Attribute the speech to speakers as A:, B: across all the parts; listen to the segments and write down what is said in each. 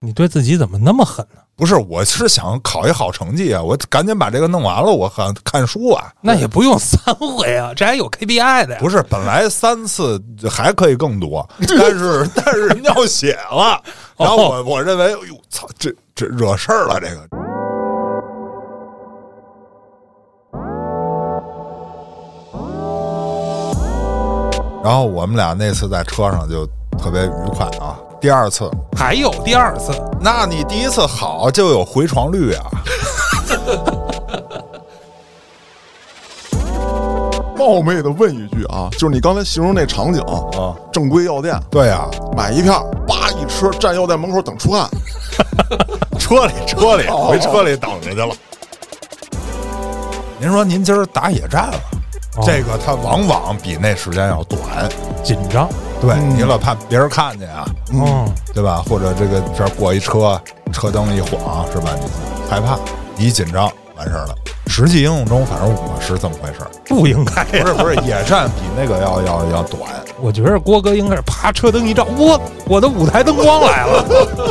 A: 你对自己怎么那么狠呢？
B: 不是，我是想考一好成绩啊，我赶紧把这个弄完了，我看看书啊。
A: 那也不用三回啊，这还有 KPI 的呀。
B: 不是，本来三次还可以更多，但是但是尿血了，然后我我认为，哎呦，操，这这惹事儿了，这个。然后我们俩那次在车上就特别愉快啊。第二次，
A: 还有第二次，
B: 那你第一次好就有回床率啊。
C: 冒昧的问一句啊，就是你刚才形容那场景啊，正规药店
B: 对啊呀、
C: 买一片儿，叭一吃，站药店门口等出汗，
B: 车里车里回车里等着去了。您说您今儿打野战了，这个它往往比那时间要短。
A: 紧张。
B: 对，你老怕别人看见啊，
A: 嗯，
B: 对吧？或者这个这儿过一车，车灯一晃，是吧？你害怕，一紧张完事儿了。实际应用中，反正我是这么回事 儿，
A: 不应该呀。
B: 不是不是，野战比那个要 要要短。
A: 我觉得郭哥应该是啪车灯一照，我我的舞台灯光来了。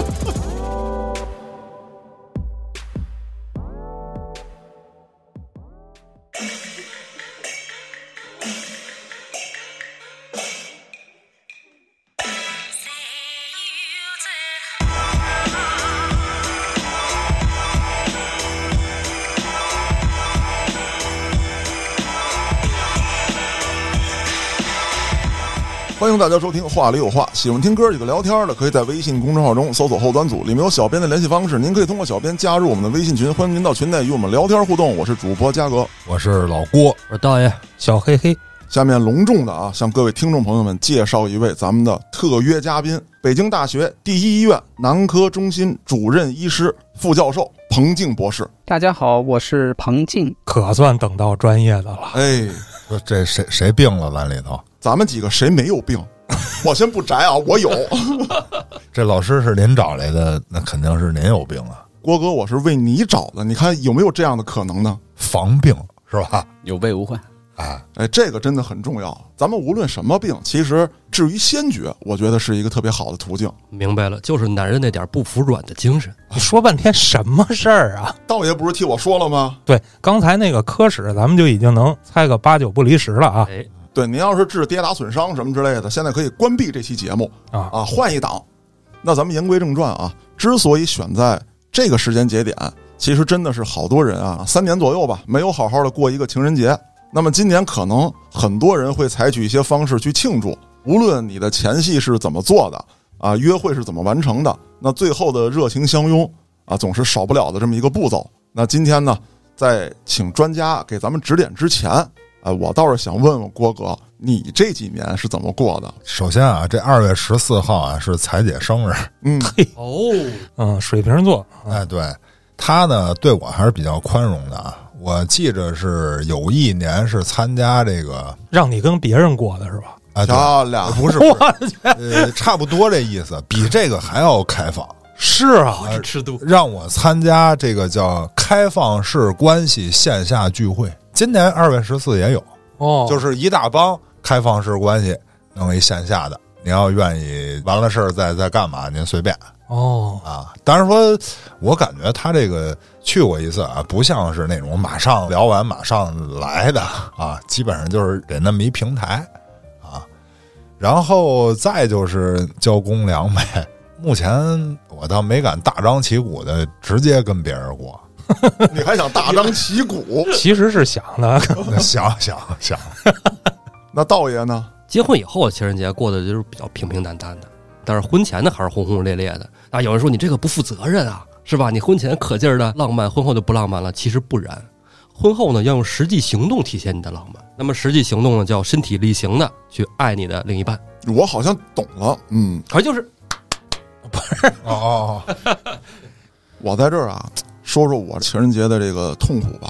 C: 欢迎大家收听《话里有话》，喜欢听哥几个聊天的，可以在微信公众号中搜索“后端组”，里面有小编的联系方式，您可以通过小编加入我们的微信群，欢迎您到群内与我们聊天互动。我是主播嘉哥，
B: 我是老郭，
D: 我说道爷，
A: 小黑黑，
C: 下面隆重的啊，向各位听众朋友们介绍一位咱们的特约嘉宾——北京大学第一医院男科中心主任医师、副教授彭静博士。
E: 大家好，我是彭静。
A: 可算等到专业的了。
C: 哎，
B: 说这谁谁病了？咱里头
C: 咱们几个谁没有病？我先不宅啊，我有。
B: 这老师是您找来的，那肯定是您有病啊，
C: 郭哥，我是为你找的，你看有没有这样的可能呢？
B: 防病是吧？
D: 有备无患。
B: 哎，
C: 哎，这个真的很重要。咱们无论什么病，其实至于先觉，我觉得是一个特别好的途径。
D: 明白了，就是男人那点不服软的精神。
A: 你说半天什么事儿啊？
C: 道爷不是替我说了吗？
A: 对，刚才那个科室，咱们就已经能猜个八九不离十了啊
D: 哎，
C: 对，您要是治跌打损伤什么之类的，现在可以关闭这期节目
A: 啊！
C: 啊，换一档。那咱们言归正传啊，之所以选在这个时间节点，其实真的是好多人啊，三年左右吧，没有好好的过一个情人节。那么今年可能很多人会采取一些方式去庆祝，无论你的前戏是怎么做的啊，约会是怎么完成的，那最后的热情相拥啊，总是少不了的这么一个步骤。那今天呢，在请专家给咱们指点之前，啊，我倒是想问问郭哥，你这几年是怎么过的？
B: 首先啊，这二月十四号啊是彩姐生日，
C: 嗯，
A: 哎
D: 哦，
A: 嗯，水瓶座，
B: 哎，对他呢，对我还是比较宽容的啊。我记着是有一年是参加这个
A: 让你跟别人过的是吧？
B: 啊，对
C: 漂亮，
B: 不是，不是呃，差不多这意思，比这个还要开放，
A: 是啊，
D: 这尺度
B: 让我参加这个叫开放式关系线下聚会。今年二月十四也有，
A: 哦，
B: 就是是一大帮开放式关系，弄一线下的。您要愿意完了事儿再再干嘛，您随便。
A: 哦，
B: 啊。当然说，我感觉他这个去过一次啊，不像是那种马上聊完马上来的啊，基本上就是给那么一平台啊。然后再就是交公粮呗。目前我倒没敢大张旗鼓的直接跟别人过，
C: 你还想大张旗鼓？
A: 其实是想的，
B: 想想想，
C: 那道爷呢？
D: 结婚以后啊情人节过得就是比较平平淡淡的，但是婚前呢还是轰轰烈烈的。啊，有人说你这个不负责任啊，是吧？你婚前可劲儿的浪漫，婚后就不浪漫了。其实不然，婚后呢要用实际行动体现你的浪漫。那么实际行动呢，叫身体力行的去爱你的另一半，
C: 我好像懂了，嗯，
D: 可就是
B: 哦哦，
C: 我在这儿啊，说说我情人节的这个痛苦吧。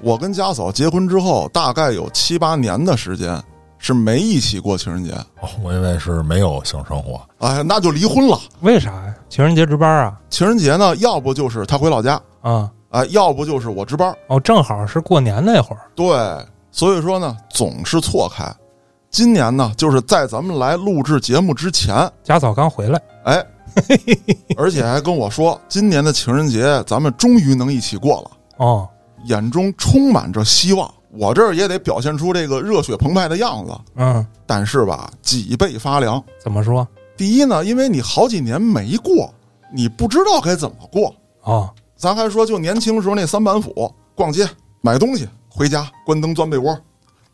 C: 我跟家嫂结婚之后，大概有七八年的时间是没一起过情人节，
B: 哦我以为是没有性生活，
C: 哎，那就离婚了。
A: 为啥呀？情人节值班啊？
C: 情人节呢，要不就是她回老家，
A: 啊，
C: 哎，要不就是我值班，
A: 哦，正好是过年那会儿，
C: 对，所以说呢，总是错开。今年呢，就是在咱们来录制节目之前，
A: 家嫂刚回来，
C: 哎， 而且还跟我说，今年的情人节咱们终于能一起过了，
A: 哦，
C: 眼中充满着希望。我这儿也得表现出这个热血澎湃的样子，
A: 嗯，
C: 但是吧，脊背发凉。
A: 怎么说？
C: 第一呢，因为你好几年没过，你不知道该怎么过。
A: 哦，
C: 咱还说，就年轻时候那三板斧：逛街、买东西、回家、关灯、钻被窝。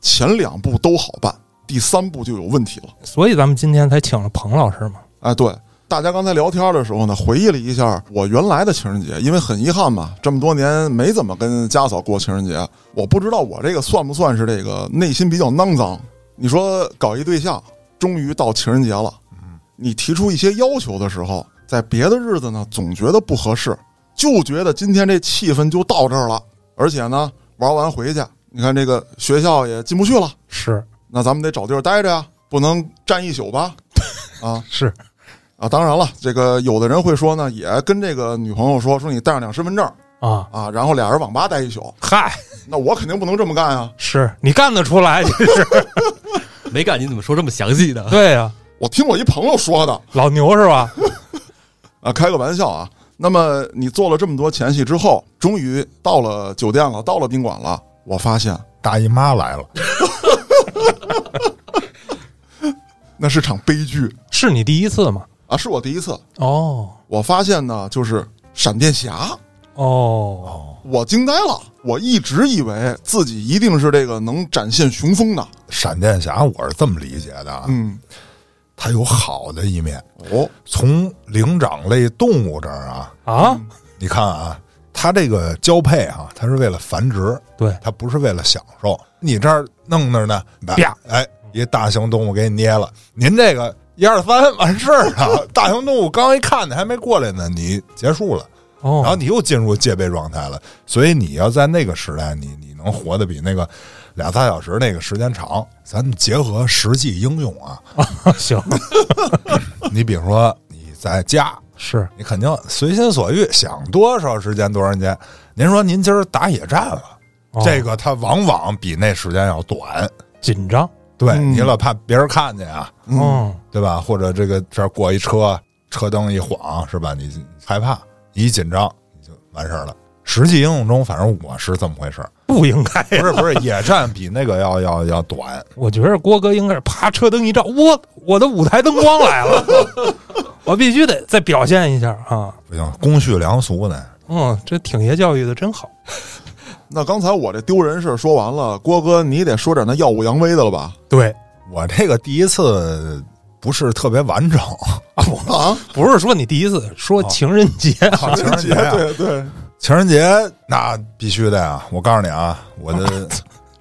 C: 前两步都好办，第三步就有问题了。
A: 所以咱们今天才请了彭老师嘛。
C: 哎，对，大家刚才聊天的时候呢，回忆了一下我原来的情人节，因为很遗憾嘛，这么多年没怎么跟家嫂过情人节，我不知道我这个算不算是这个内心比较肮脏。你说搞一对象，终于到情人节了，你提出一些要求的时候，在别的日子呢，总觉得不合适，就觉得今天这气氛就到这儿了，而且呢，玩完回去，你看这个学校也进不去了，
A: 是
C: 那咱们得找地儿待着呀，不能站一宿吧，啊。
A: 是，
C: 啊，当然了，这个有的人会说呢，也跟这个女朋友说，说你带上两身份证
A: 啊，
C: 啊，然后俩人网吧待一宿。
A: 嗨，
C: 那我肯定不能这么干啊！
A: 是你干得出来，这是
D: 没干你怎么说这么详细的？
A: 对呀，
C: 我听我一朋友说的
A: 老牛是吧？
C: 啊，开个玩笑啊。那么你做了这么多前戏之后，终于到了酒店了，到了宾馆了，我发现
B: 大姨妈来了，
C: 那是场悲剧
A: 是你第一次吗？
C: 啊！是我第一次，
A: 哦
C: 我发现呢，就是闪电侠，
A: 哦，
C: 我惊呆了。我一直以为自己一定是这个能展现雄风的，
B: 闪电侠我是这么理解的啊，
C: 嗯，
B: 它有好的一面，
C: 哦，
B: 从灵长类动物这儿啊，
A: 啊，
B: 你看啊，它这个交配啊，它是为了繁殖，
A: 对，
B: 它不是为了享受。你这儿弄那儿呢，
A: 啪，
B: 哎，一大型动物给你捏了，您这个一二三完事儿 了，大型动物刚一看你还没过来呢，你结束了，然后
A: 哦，
B: 你又进入戒备状态了。所以你要在那个时代，你你能活得比那个俩仨小时那个时间长。咱们结合实际应用啊，
A: 行，
B: 你比如说你在家。
A: 是
B: 你肯定随心所欲，想多少时间多长时间。您说您今儿打野战了，
A: 哦
B: 这个它往往比那时间要短。
A: 紧张，
B: 对、
C: 嗯
B: 你老怕别人看见啊，
A: 嗯，
B: 对吧？或者这个这儿过一车，车灯一晃，是吧？你你害怕，你一紧张你就完事儿了。实际应用中，反正我是这么回事儿，
A: 不应该
B: 不是不是，野战比那个要要要短。
A: 我觉得郭哥应该是啪车灯一照，我我的舞台灯光来了， 我必须得再表现一下啊！
B: 不行，公序良俗呢。
A: 嗯，这挺爷教育的真好。
C: 那刚才我这丢人事儿说完了，郭哥，你得说点那耀武扬威的了 吧？
A: 对
B: 我这个第一次不是特别完整，
A: 啊，我
C: 啊，
A: 不是说你第一次说情人 节，
B: 好情人节啊
C: 对对，
B: 情人节那必须的呀！我告诉你啊，我的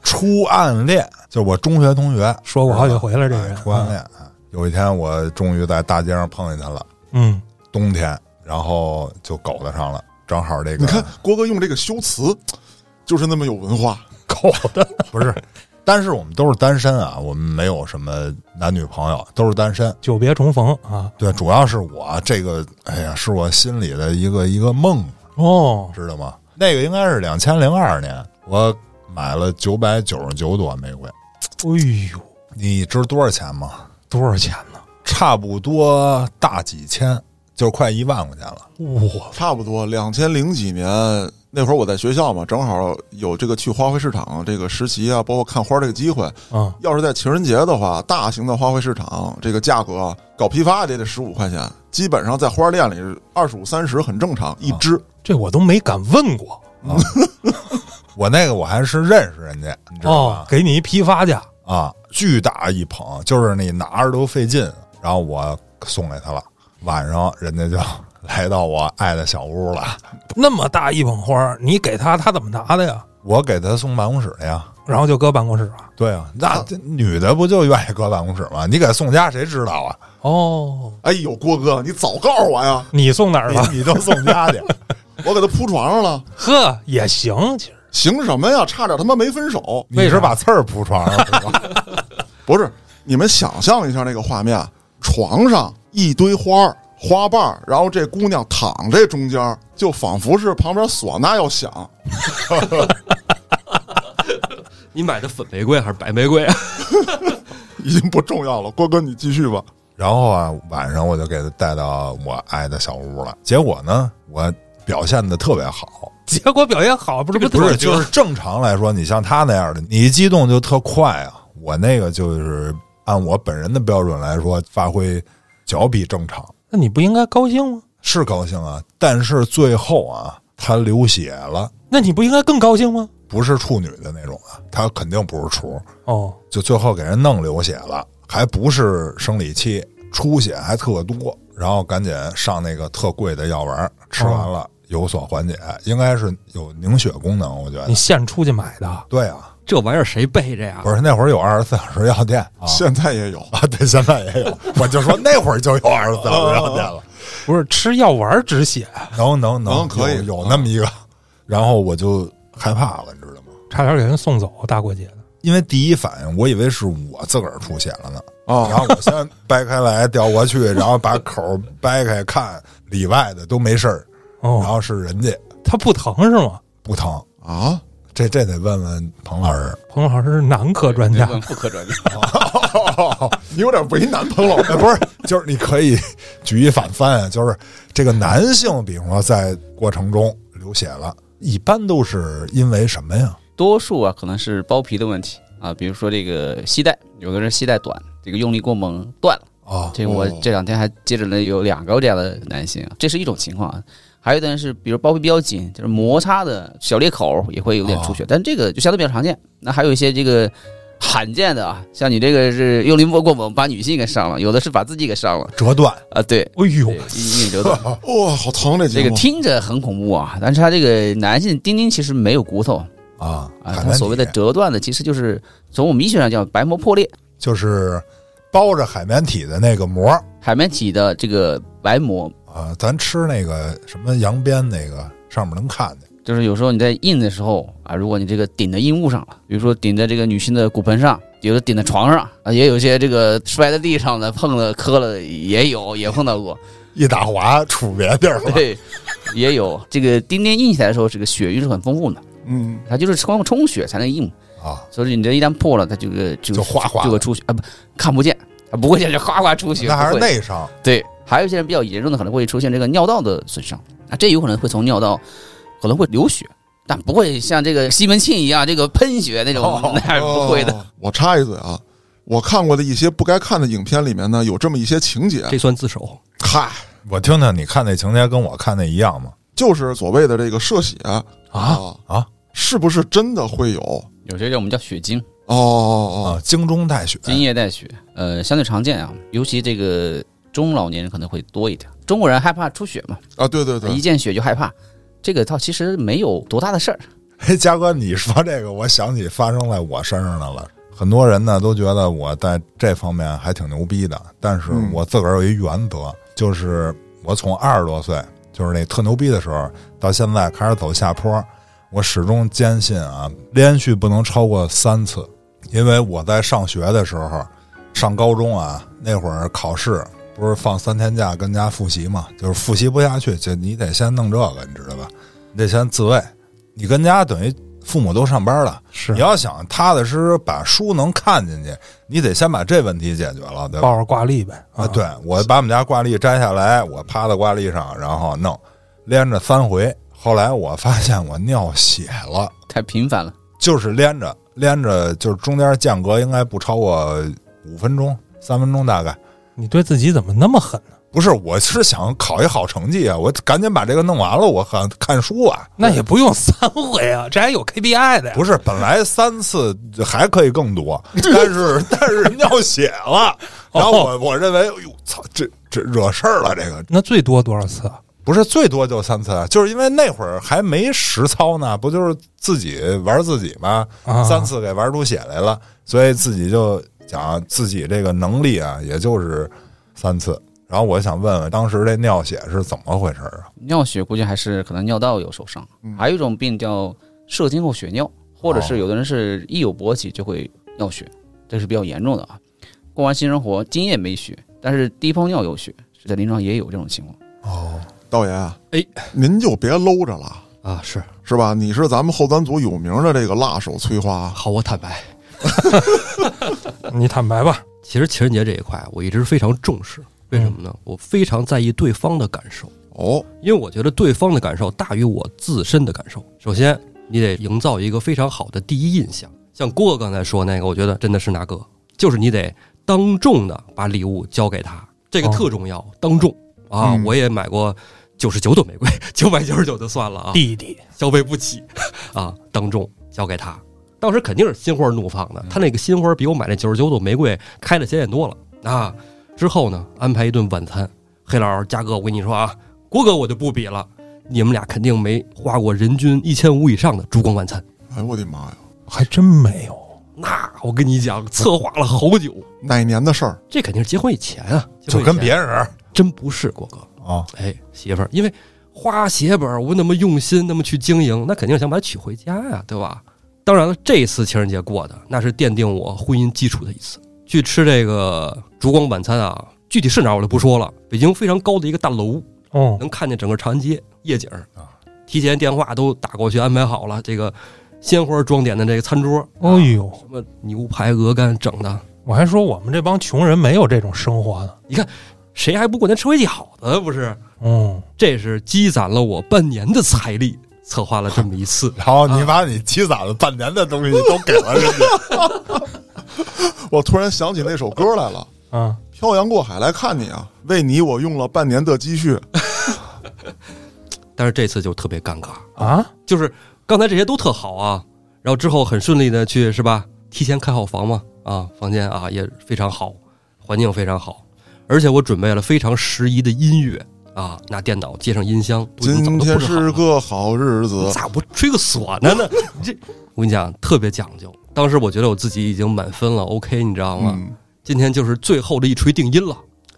B: 初暗恋就是我中学同学，
A: 说过好几回了，这个
B: 哎初暗
A: 人，
B: 恋。啊有一天，我终于在大街上碰见他了，
A: 嗯，
B: 冬天，然后就狗得上了，正好这
C: 你看
B: 个
C: 郭哥用这个修辞，就是那么有文化。
A: 狗的，
B: 不是，但是我们都是单身啊，我们没有什么男女朋友，都是单身。
A: 久别重逢啊，
B: 对，主要是我这个，哎呀，是我心里的一个一个梦，
A: 哦，
B: 知道吗？那个应该是两千零二年，我买了九百九十九朵玫瑰，
A: 哎呦，
B: 你知道多少钱吗？
A: 多少钱呢？
B: 差不多大几千，就快一万块钱了。
A: 我
C: 差不多两千零几年那会儿，我在学校嘛，正好有这个去花卉市场这个实习啊，包括看花这个机会。
A: 啊，
C: 要是在情人节的话，大型的花卉市场这个价格啊搞批发也得十五块钱，基本上在花店里二十五三十很正常，一只。
A: 这我都没敢问过
B: 我那个我还是认识人家，你知道
A: 哦
B: 吧，？
A: 给你一批发价，
B: 啊，巨大一捧，就是你拿着都费劲。然后我送给他了，晚上人家就来到我爱的小屋了。
A: 那么大一捧花儿，你给他，他怎么拿的呀？
B: 我给他送办公室的呀。
A: 然后就搁办公室啊？
B: 对啊，那这女的不就愿意搁办公室吗？你给送家谁知道啊？
A: 哦，
C: 哎呦，郭哥，你早告诉我呀！
A: 你送哪儿了？
B: 你你都送家去，
C: 我给他铺床上了，
A: 呵，也行，其实
C: 行什么呀？差点他妈没分手。
B: 你是把刺儿铺床上是吧？
C: 不是，你们想象一下那个画面，床上一堆花儿、花瓣儿，然后这姑娘躺这中间儿，就仿佛是旁边唢呐要响。
D: 你买的粉玫瑰还是白玫瑰啊？
C: 已经不重要了，郭哥你继续吧。
B: 然后啊，晚上我就给他带到我爱的小屋了。结果呢，我表现的特别好，
A: 结果表现好，不是
B: 不是，
A: 特
B: 就是正常来说，你像他那样的，你一激动就特快啊。我那个就是按我本人的标准来说，发挥较比正常，
A: 那你不应该高兴吗？
B: 是高兴啊。但是最后啊，他流血了，
A: 那你不应该更高兴吗？
B: 不是处女的那种啊，他肯定不是处，
A: 哦，
B: 就最后给人弄流血了，还不是生理期，出血还特多，然后赶紧上那个特贵的药丸儿，吃完了、有所缓解，应该是有凝血功能，我觉得
A: 你。现出去买的，
B: 对啊，
D: 这玩意儿谁背着呀
B: 不？是那会儿有二十四小时药店啊，
C: 现在也有，
B: 啊， 对，现在也有，我就说那会儿就有二十四小时药店了，
A: 不是吃药丸止血，
B: 能能
C: 能可以
B: 有有那么一个，然后我就害怕了，你知道吗？
A: 差点给人送走，大过节的。
B: 因为第一反应我以为是我自个儿出血了呢，
C: 啊
B: 然后我先掰开来调过去，然后把口掰开看里外的都没事儿，然
A: 哦，
B: 后是人家
A: 他不疼是吗？
B: 不疼，
C: 啊，
B: 这这得问问彭老师。
A: 彭老师是男科专家，
F: 问妇科专家，
C: 你有点为难彭老师
B: 哎，不是，就是你可以举一反三啊，就是这个男性，比方说在过程中流血了，一般都是因为什么呀？
F: 多数啊可能是包皮的问题啊，比如说这个系带，有的人系带短，这个用力过猛断了。
B: 啊，
F: 这个我
C: 哦
F: 这两天还接诊了有两个这样的男性啊，这是一种情况啊。还有的人是，比如包皮比较紧，就是摩擦的小裂口也会有点出血，但这个就相对比较常见。那还有一些这个罕见的啊，像你这个是用力过过猛把女性给伤了，有的是把自己给伤了
B: 折断
F: 啊，对，
A: 哎呦
F: 对，阴影流转。
C: 哇，好疼这
F: 这
C: 节
F: 个
C: 目，
F: 听着很恐怖啊，但是他这个男性丁丁其实没有骨头
B: 啊，
F: 啊，
B: 海
F: 他
B: 绵
F: 所谓的
B: 体
F: 折断的其实就是从我们医学上叫白膜破裂，
B: 就是包着海绵体的那个膜
F: 海绵体的这个白膜
B: 啊，咱吃那个什么羊鞭那个上面能看见
F: 就是有时候你在印的时候啊，如果你这个顶在阴物上了，比如说顶在这个女性的骨盆上，有的顶在床上啊，也有些这个摔在地上的、碰了、磕了也有，也碰到过，
B: 一打滑杵别地儿 了，
F: 对，也有。这个钉钉印起来的时候，这个血瘀是很丰富的，
C: 嗯，
F: 它就是通过充血才能硬，
B: 啊，
F: 所以你这一旦破了，它这个就
B: 就哗哗
F: 就会出血啊，不看不见啊，不会见就哗哗出血，
B: 那还
F: 不
B: 是
F: 会
B: 内伤
F: 对，还有一些人比较严重的可能会出现这个尿道的损伤，啊，这有可能会从尿道可能会流血，但不会像这个西门庆一样这个喷血那种， 那是不会的。
C: 哦我插一嘴啊，我看过的一些不该看的影片里面呢，有这么一些情节，
D: 这算自首。
C: 嗨，
B: 我听听你看那情节跟我看那一样吗？
C: 就是所谓的这个涉血啊
B: 啊，
C: 是不是真的会有？
F: 有些叫我们叫血精，
C: 哦
B: 啊，
C: 哦
B: 精中带血，
F: 精液带血，呃，相对常见啊，尤其这个中老年人可能会多一点。中国人害怕出血嘛，
C: 哦啊，对
B: 嗯
C: 对
F: 一
D: 哎
C: 对，
F: 见血就害怕，这个倒其实没有多大的事儿。
B: 哎，嘉哥，你说这个，我想起发生在我身上的了。很多人呢都觉得我在这方面还挺牛逼的，但是
C: 嗯
B: 我自个儿有一原则，就是我从二十多岁，就是那特牛逼的时候，到现在开始走下坡，我始终坚信啊，连续不能超过三次，因为我在上学的时候，上高中啊那会儿考试不是放三天假跟家复习嘛，就是复习不下去，就你得先弄这个，你知道吧？你得先自慰，你跟家等于父母都上班了，
A: 是
B: 你要想踏踏实实把书能看进去，你得先把这问题解决了，对吧？
A: 抱着挂历呗。
B: 啊，对我把我们家挂历摘下来，我趴在挂历上，然后弄，连着三回。后来我发现我尿血了，
F: 太频繁了，
B: 就是连着连着，就是中间间隔应该不超过五分钟、三分钟大概。
A: 你对自己怎么那么狠呢？
B: 不是，我是想考一好成绩啊！我赶紧把这个弄完了，我看看书啊。
A: 那也不用三回啊，这还有 KPI 的呀。
B: 不是，本来三次还可以更多，但是但是尿血了，然后我我认为，哎呦，操，这这惹事儿了，这个
A: 那最多多少次啊？
B: 不是最多就三次啊，就是因为那会儿还没实操呢，不就是自己玩自己吗？
A: 啊
B: 三次给玩出血来了，所以自己就讲自己这个能力啊，也就是三次。然后我想问问，当时这尿血是怎么回事儿啊？
F: 尿血估计还是可能尿道有受伤，还有一种病叫射精后血尿，或者是有的人是一有勃起就会尿血，这是比较严重的啊。过完新生活，精液没血，但是第一泡尿有血，是在临床也有这种情况。
B: 哦，
C: 导演啊，
D: 哎，
C: 您就别搂着了。
D: 啊，是
C: 是吧？你是咱们后端组有名的这个辣手翠花，
D: 好，我坦白，
A: 你坦白吧，
D: 其实情人节这一块，我一直非常重视，为什么呢？我非常在意对方的感受，
C: 哦，
D: 因为我觉得对方的感受大于我自身的感受。首先，你得营造一个非常好的第一印象。像郭哥刚才说那个，我觉得真的是那个，就是你得当众的把礼物交给他，这个
A: 哦
D: 特重要。当众啊，
C: 嗯
D: 我也买过九十九朵玫瑰，九百九十九就算了啊，
A: 弟弟，
D: 消费不起啊，当众交给他。当时肯定是心花怒放的，他那个心花比我买那九十九朵玫瑰开的显眼多了啊。之后呢，安排一顿晚餐，黑老师、嘉哥，我跟你说啊，郭哥我就不比了，你们俩肯定没花过人均一千五以上的烛光晚餐。
C: 哎呦我的妈呀，
A: 还真没有。
D: 那我跟你讲，策划了好久，
C: 哪年的事儿？
D: 这肯定是结婚以前啊，结
B: 就
D: 婚以
B: 跟
D: 前
B: 别人儿
D: 真不是郭哥，
B: 啊，
D: 哎，媳妇儿，因为花血本，我那么用心，那么去经营，那肯定是想把她娶回家呀、对吧？当然了，这次情人节过的那是奠定我婚姻基础的一次。去吃这个烛光晚餐啊，具体是哪儿我就不说了。北京非常高的一个大楼，
A: 哦，
D: 能看见整个长安街夜景儿
B: 啊。
D: 提前电话都打过去安排好了，这个鲜花装点的这个餐桌，
A: 哎呦，
D: 什么牛排、鹅肝整的，
A: 我还说我们这帮穷人没有这种生活呢。
D: 谁还不过年吃回饺子？不是，
A: 嗯，
D: 这是积攒了我半年的财力，策划了这么一次。
B: 然后你把你积攒了半年的东西都给了人家，
C: 我突然想起那首歌来了，
A: 啊，
C: 《漂洋过海来看你》啊，为你我用了半年的积蓄，
D: 哎 但是这次就特别尴尬，
A: 啊，
D: 就是刚才这些都特好啊，然后之后很顺利的去是吧？提前开好房嘛，啊，房间啊也非常好，环境非常好，而且我准备了非常适宜的音乐啊，拿电脑接上音箱。都已经
C: 今
D: 早就
C: 天
D: 布置好
C: 是
D: 了
C: 个好日子
D: 你。咋不吹个唢呐呢？ 你这我跟你讲，特别讲究。当时我觉得我自己已经满分了，OK，你知道吗？
C: 嗯，
D: 今天就是最后的一锤定音了。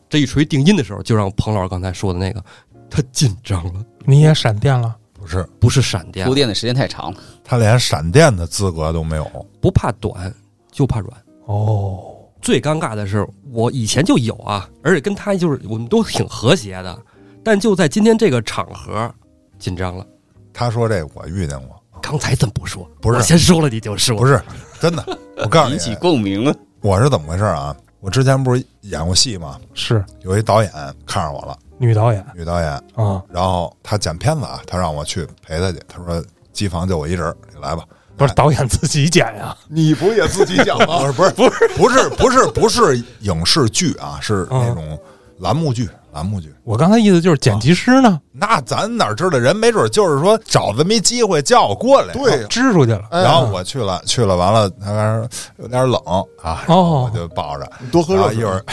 D: 这一锤定音的时候，就让彭老师刚才说的那个，他紧张了，
A: 你也闪电了？
B: 不是
D: 不是闪电
F: 铺，垫的时间太长了，
B: 他连闪电的资格都没有，
D: 不怕短，就怕软。
A: 哦，
D: 最尴尬的是，我以前就有啊，而且跟他就是我们都挺和谐的，但就在今天这个场合，紧张了。
B: 他说这我遇见过，
D: 刚才怎么不说？
B: 不是
D: 我先说了，你就说
B: 不
D: 是
B: 是真的，我告诉你
F: 引，起共鸣了。
B: 我是怎么回事啊？我之前不是演过戏吗？
A: 是
B: 有一导演看上我了，
A: 女导演
B: 女导演，
A: 啊，
B: 然后她剪片子啊，她让我去陪她去，她说机房就我一人儿，你来吧。
A: 不是导演自己剪呀？
C: 你不是也自己讲吗？
B: 不是不是不是不是不是影视剧啊，是那种栏目剧，栏目剧。
A: 我刚才意思就是剪辑师呢，
B: 那咱哪知道？人没准就是说找这么一机会叫我过来，
C: 对呀，
A: 支出去了。
C: 哎
B: 啊然后我去了，去了，完了，他说有点冷啊，然后我就抱着，
C: 哦你多喝
B: 然后
C: 热水
B: 一会儿，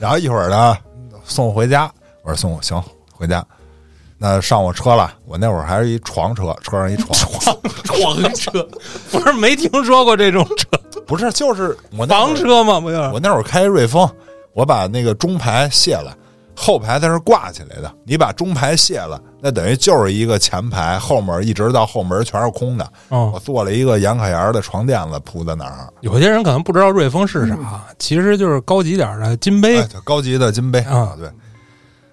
B: 然后一会儿 呢送我回家，我说送我行回家，那上我车了，我那会儿还是一床车，车上一 床，
A: 床车不是没听说过这种车，
B: 不是就是我那
A: 房
B: 会儿，
A: 车吗？不就是
B: 我那会儿开瑞风，我把那个中排卸了。后排它是挂起来的，你把中排卸了，那等于就是一个前排，后面一直到后门全是空的。我
A: 哦，
B: 做了一个杨凯炎的床垫子铺在那儿，
A: 有些人可能不知道瑞风是啥，
B: 嗯
A: 其实就是高级点儿的金杯
B: 哎，对高级的金杯
A: 啊
B: 对。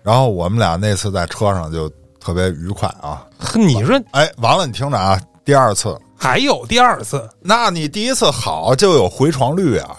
B: 然后我们俩那次在车上就特别愉快啊，
A: 呵你说
B: 哎，完了，你听着啊，第二次，
A: 还有第二次，
B: 那你第一次好就有回床率啊，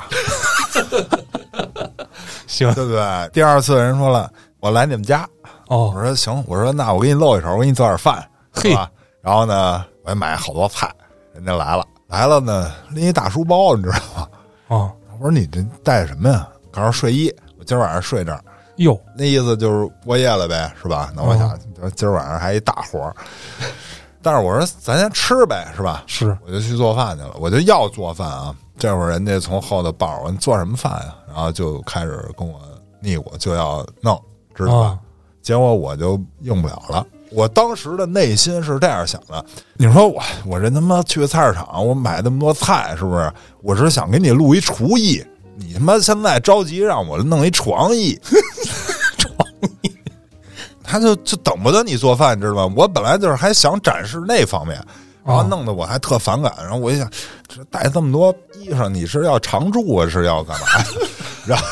A: 行
B: 对不对？第二次人说了，我来你们家，我
A: 哦，
B: 说行，我说那我给你露一手，我给你做点饭，
A: 嘿
B: 是吧？然后呢，我还买好多菜，人家来了，来了呢拎一大书包，你知道吗？
A: 哦，
B: 我说你这带什么呀？告诉睡衣，我今儿晚上睡这儿。
A: 哟，
B: 那意思就是过夜了呗，是吧？那我想今儿晚上还一大活儿，但是我说咱先吃呗，是吧？
A: 是
B: 我就去做饭去了，我就要做饭啊。这会儿人家从后头抱着我，你做什么饭呀、然后就开始跟我腻咕，就要弄，知道吧？
A: 啊，
B: 结果我就应不了了。我当时的内心是这样想的：你说我我这他妈去菜市场，我买那么多菜，是不是？我是想给你录一厨艺，你他妈现在着急让我弄一床艺，床艺，他就就等不得你做饭，你知道吗？我本来就是还想展示那方面，然后
A: 哦
B: 弄得我还特反感。然后我一想，这带这么多衣裳，你是要常住啊，是要干嘛？ 然后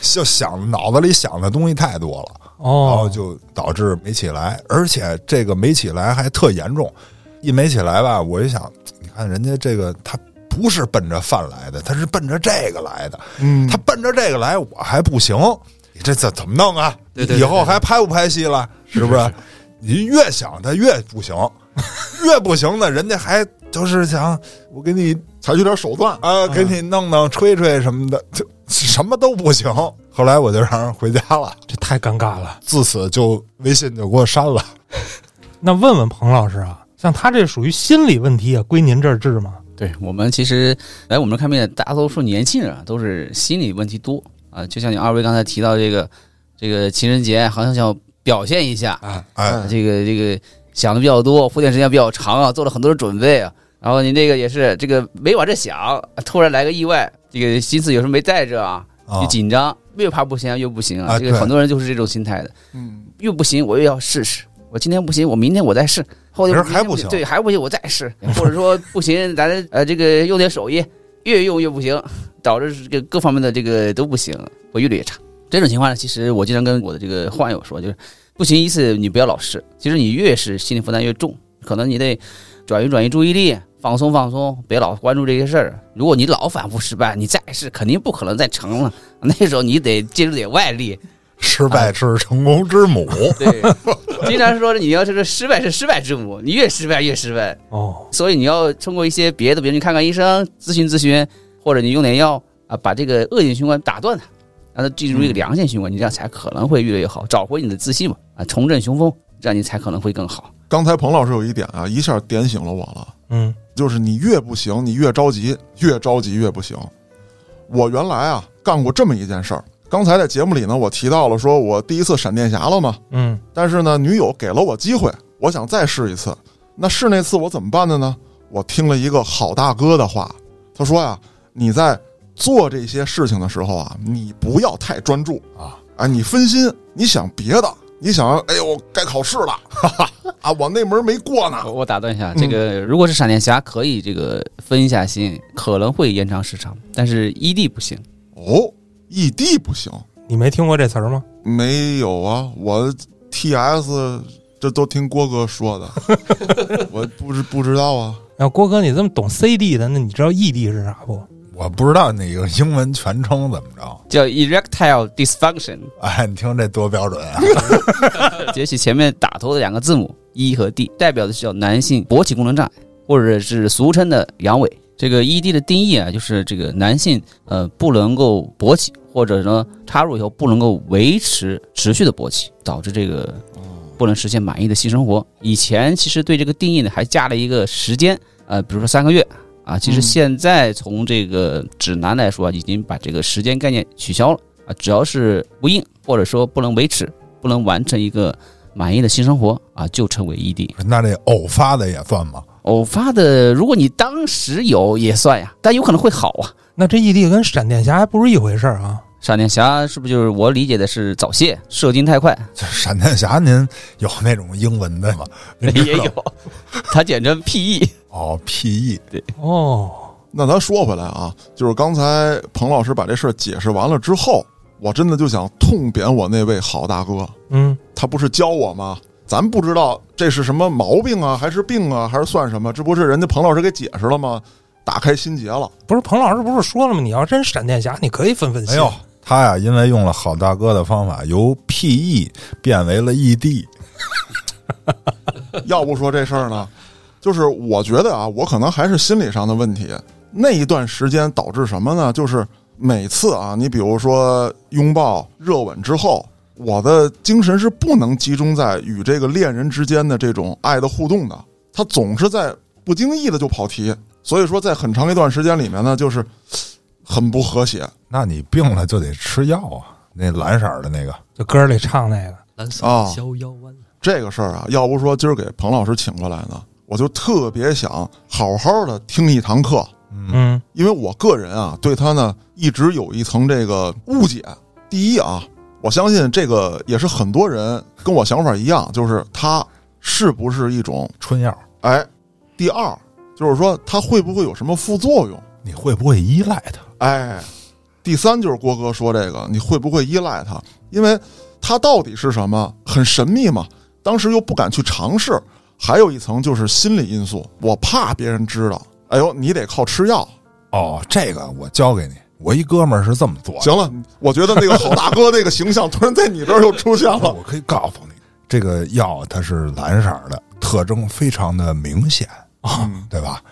B: 就想脑子里想的东西太多了。然后
A: 哦，
B: 就导致没起来，而且这个没起来还特严重，一没起来吧，我就想，你看人家这个他不不是奔着饭来的，他是奔着这个来的。
C: 嗯
B: 他奔着这个来，我还不行，你这怎怎么弄啊？
D: 对对对
B: 以后还拍不拍戏了？是不是？你越想他越不行，越不行呢，人家还就是想我给你
C: 采取点手段，
B: 啊，给你弄弄吹吹什么的，就什么都不行。后来我就让人回家了，
A: 这太尴尬了。
B: 自此就微信就给我删了。
A: 那问问彭老师啊，像他这属于心理问题啊，归您这儿治吗？
F: 对我们其实来我们这看病的大多数年轻人啊，都是心理问题多啊，就像你二位刚才提到这个这个情人节，好像想表现一下，
B: 哎，
F: 啊这个这个想的比较多，铺垫时间比较长啊，做了很多的准备啊。然后您这个也是这个没往这想，突然来个意外，这个心思有时候没带着啊，
B: 啊
F: 就紧张，越怕不行越不行
B: 啊
F: 啊。这个
B: 对
F: 很多人就是这种心态的，
C: 嗯，
F: 越不行我越要试试。我今天不行，我明天我再试，后天
B: 明儿还不行
F: 对，还不行我再 试，或者说不行，咱呃这个用点手艺，越用越不行，导致这个各方面的这个都不行，我越来越差。这种情况呢，其实我经常跟我的这个患友说，就是不行一次你不要老试，其实你越是心理负担越重，可能你得转移转移注意力，放松放松，别老关注这些事儿。如果你老反复失败，你再试肯定不可能再成了， 那时候你得借助点外力，
B: 失
F: 哎
B: 败是成功之母。
F: 对，经常说你要是失败是失败之母，你越失败越失败，
A: 哦，
F: 所以你要通过一些别的，比如你看看医生，咨询咨询，或者你用点药啊，把这个恶性循环打断它，让它进入一个良性循环，你这样才可能会越来越好，找回你的自信嘛，啊，重振雄风，这样你才可能会更好。
C: 刚才彭老师有一点啊，一下点醒了我了，
A: 嗯，
C: 就是你越不行，你越着急，越着急越不行。我原来啊干过这么一件事儿，刚才在节目里呢，我提到了说我第一次闪电侠了嘛，
A: 嗯，
C: 但是呢，女友给了我机会，我想再试一次。那试那次我怎么办的呢？我听了一个好大哥的话，他说呀、你在做这些事情的时候啊，你不要太专注
B: 啊，
C: 啊，你分心，你想别的，你想，哎呦，该考试了， 哈哈，啊，我那门没过呢，
F: 我我打断一下，这个如果是闪电侠，可以这个分一下心，可能会延长时长，但是 ED 不行。
C: 哦，异地不行，
A: 你没听过这词儿吗？
C: 没有啊，我 T S 这都听郭哥说的，我不知不知道啊，
A: 要哎郭哥你这么懂 CD 的，那你知道 ED 是啥不？
B: 我不知道那个英文全称怎么着。
F: 叫 erectile dysfunction，
B: 哎，你听这多标准啊！
F: 截取前面打头的两个字母 E 和 D，代表的是叫男性勃起功能障碍，或者是俗称的阳痿。这个 ED 的定义啊，就是这个男性呃不能够勃起，或者呢插入以后不能够维持持续的勃起，导致这个不能实现满意的性生活。以前其实对这个定义呢还加了一个时间，呃，比如说三个月啊。其实
C: 嗯
F: 现在从这个指南来说啊，已经把这个时间概念取消了啊，只要是不应或者说不能维持、不能完成一个满意的性生活啊，就称为异地。
B: 那这偶发的也算吗？
F: 偶发的，如果你当时有也算呀，但有可能会好啊。
A: 那这 ED 跟闪电侠还不是一回事儿啊。
F: 闪电侠是不是就是我理解的是早泄、射精太快，
B: 这闪电侠，您有那种英文的吗？您知道
F: 哎也有，它简称 PE。
B: 啊哦，PE
A: 哦，
C: 那咱说回来啊，就是刚才彭老师把这事儿解释完了之后，我真的就想痛扁我那位好大哥，
A: 嗯，
C: 他不是教我吗？咱不知道这是什么毛病啊，还是病啊，还是算什么？这不是人家彭老师给解释了吗？打开心结了，
A: 不是彭老师不是说了吗？你要真闪电侠，你可以分分析。
B: 没有，哎他呀，因为用了好大哥的方法，由 PE 变为了 E ED。
C: 要不说这事儿呢，就是我觉得啊，我可能还是心理上的问题。那一段时间导致什么呢？就是每次啊，你比如说拥抱、热吻之后，我的精神是不能集中在与这个恋人之间的这种爱的互动的，他总是在不经意的就跑题。所以说，在很长一段时间里面呢，就是很不和谐
B: 那你病了就得吃药啊，那蓝色儿的那个
A: 就歌里唱那个，
D: 蓝色
C: 啊
D: 逍遥湾，
C: 这个事儿啊。要不说今儿给彭老师请过来呢，我就特别想好好的听一堂课，
A: 嗯
C: 因为我个人啊，对他呢一直有一层这个误解。第一啊，我相信这个也是很多人跟我想法一样，就是它是不是一种
B: 春药，
C: 哎？第二就是说它会不会有什么副作用？
B: 你会不会依赖它？
C: 哎，第三就是郭哥说这个，你会不会依赖它？因为它到底是什么，很神秘嘛。当时又不敢去尝试，还有一层就是心理因素，我怕别人知道。哎呦，你得靠吃药，
B: 哦，这个我教给你。我一哥们儿是这么做 的，
C: 行了，我觉得那个好大哥那个形象突然在你这儿又出现了。
B: 我可以告诉你，这个药它是蓝色儿的，特征非常的明显啊，对吧？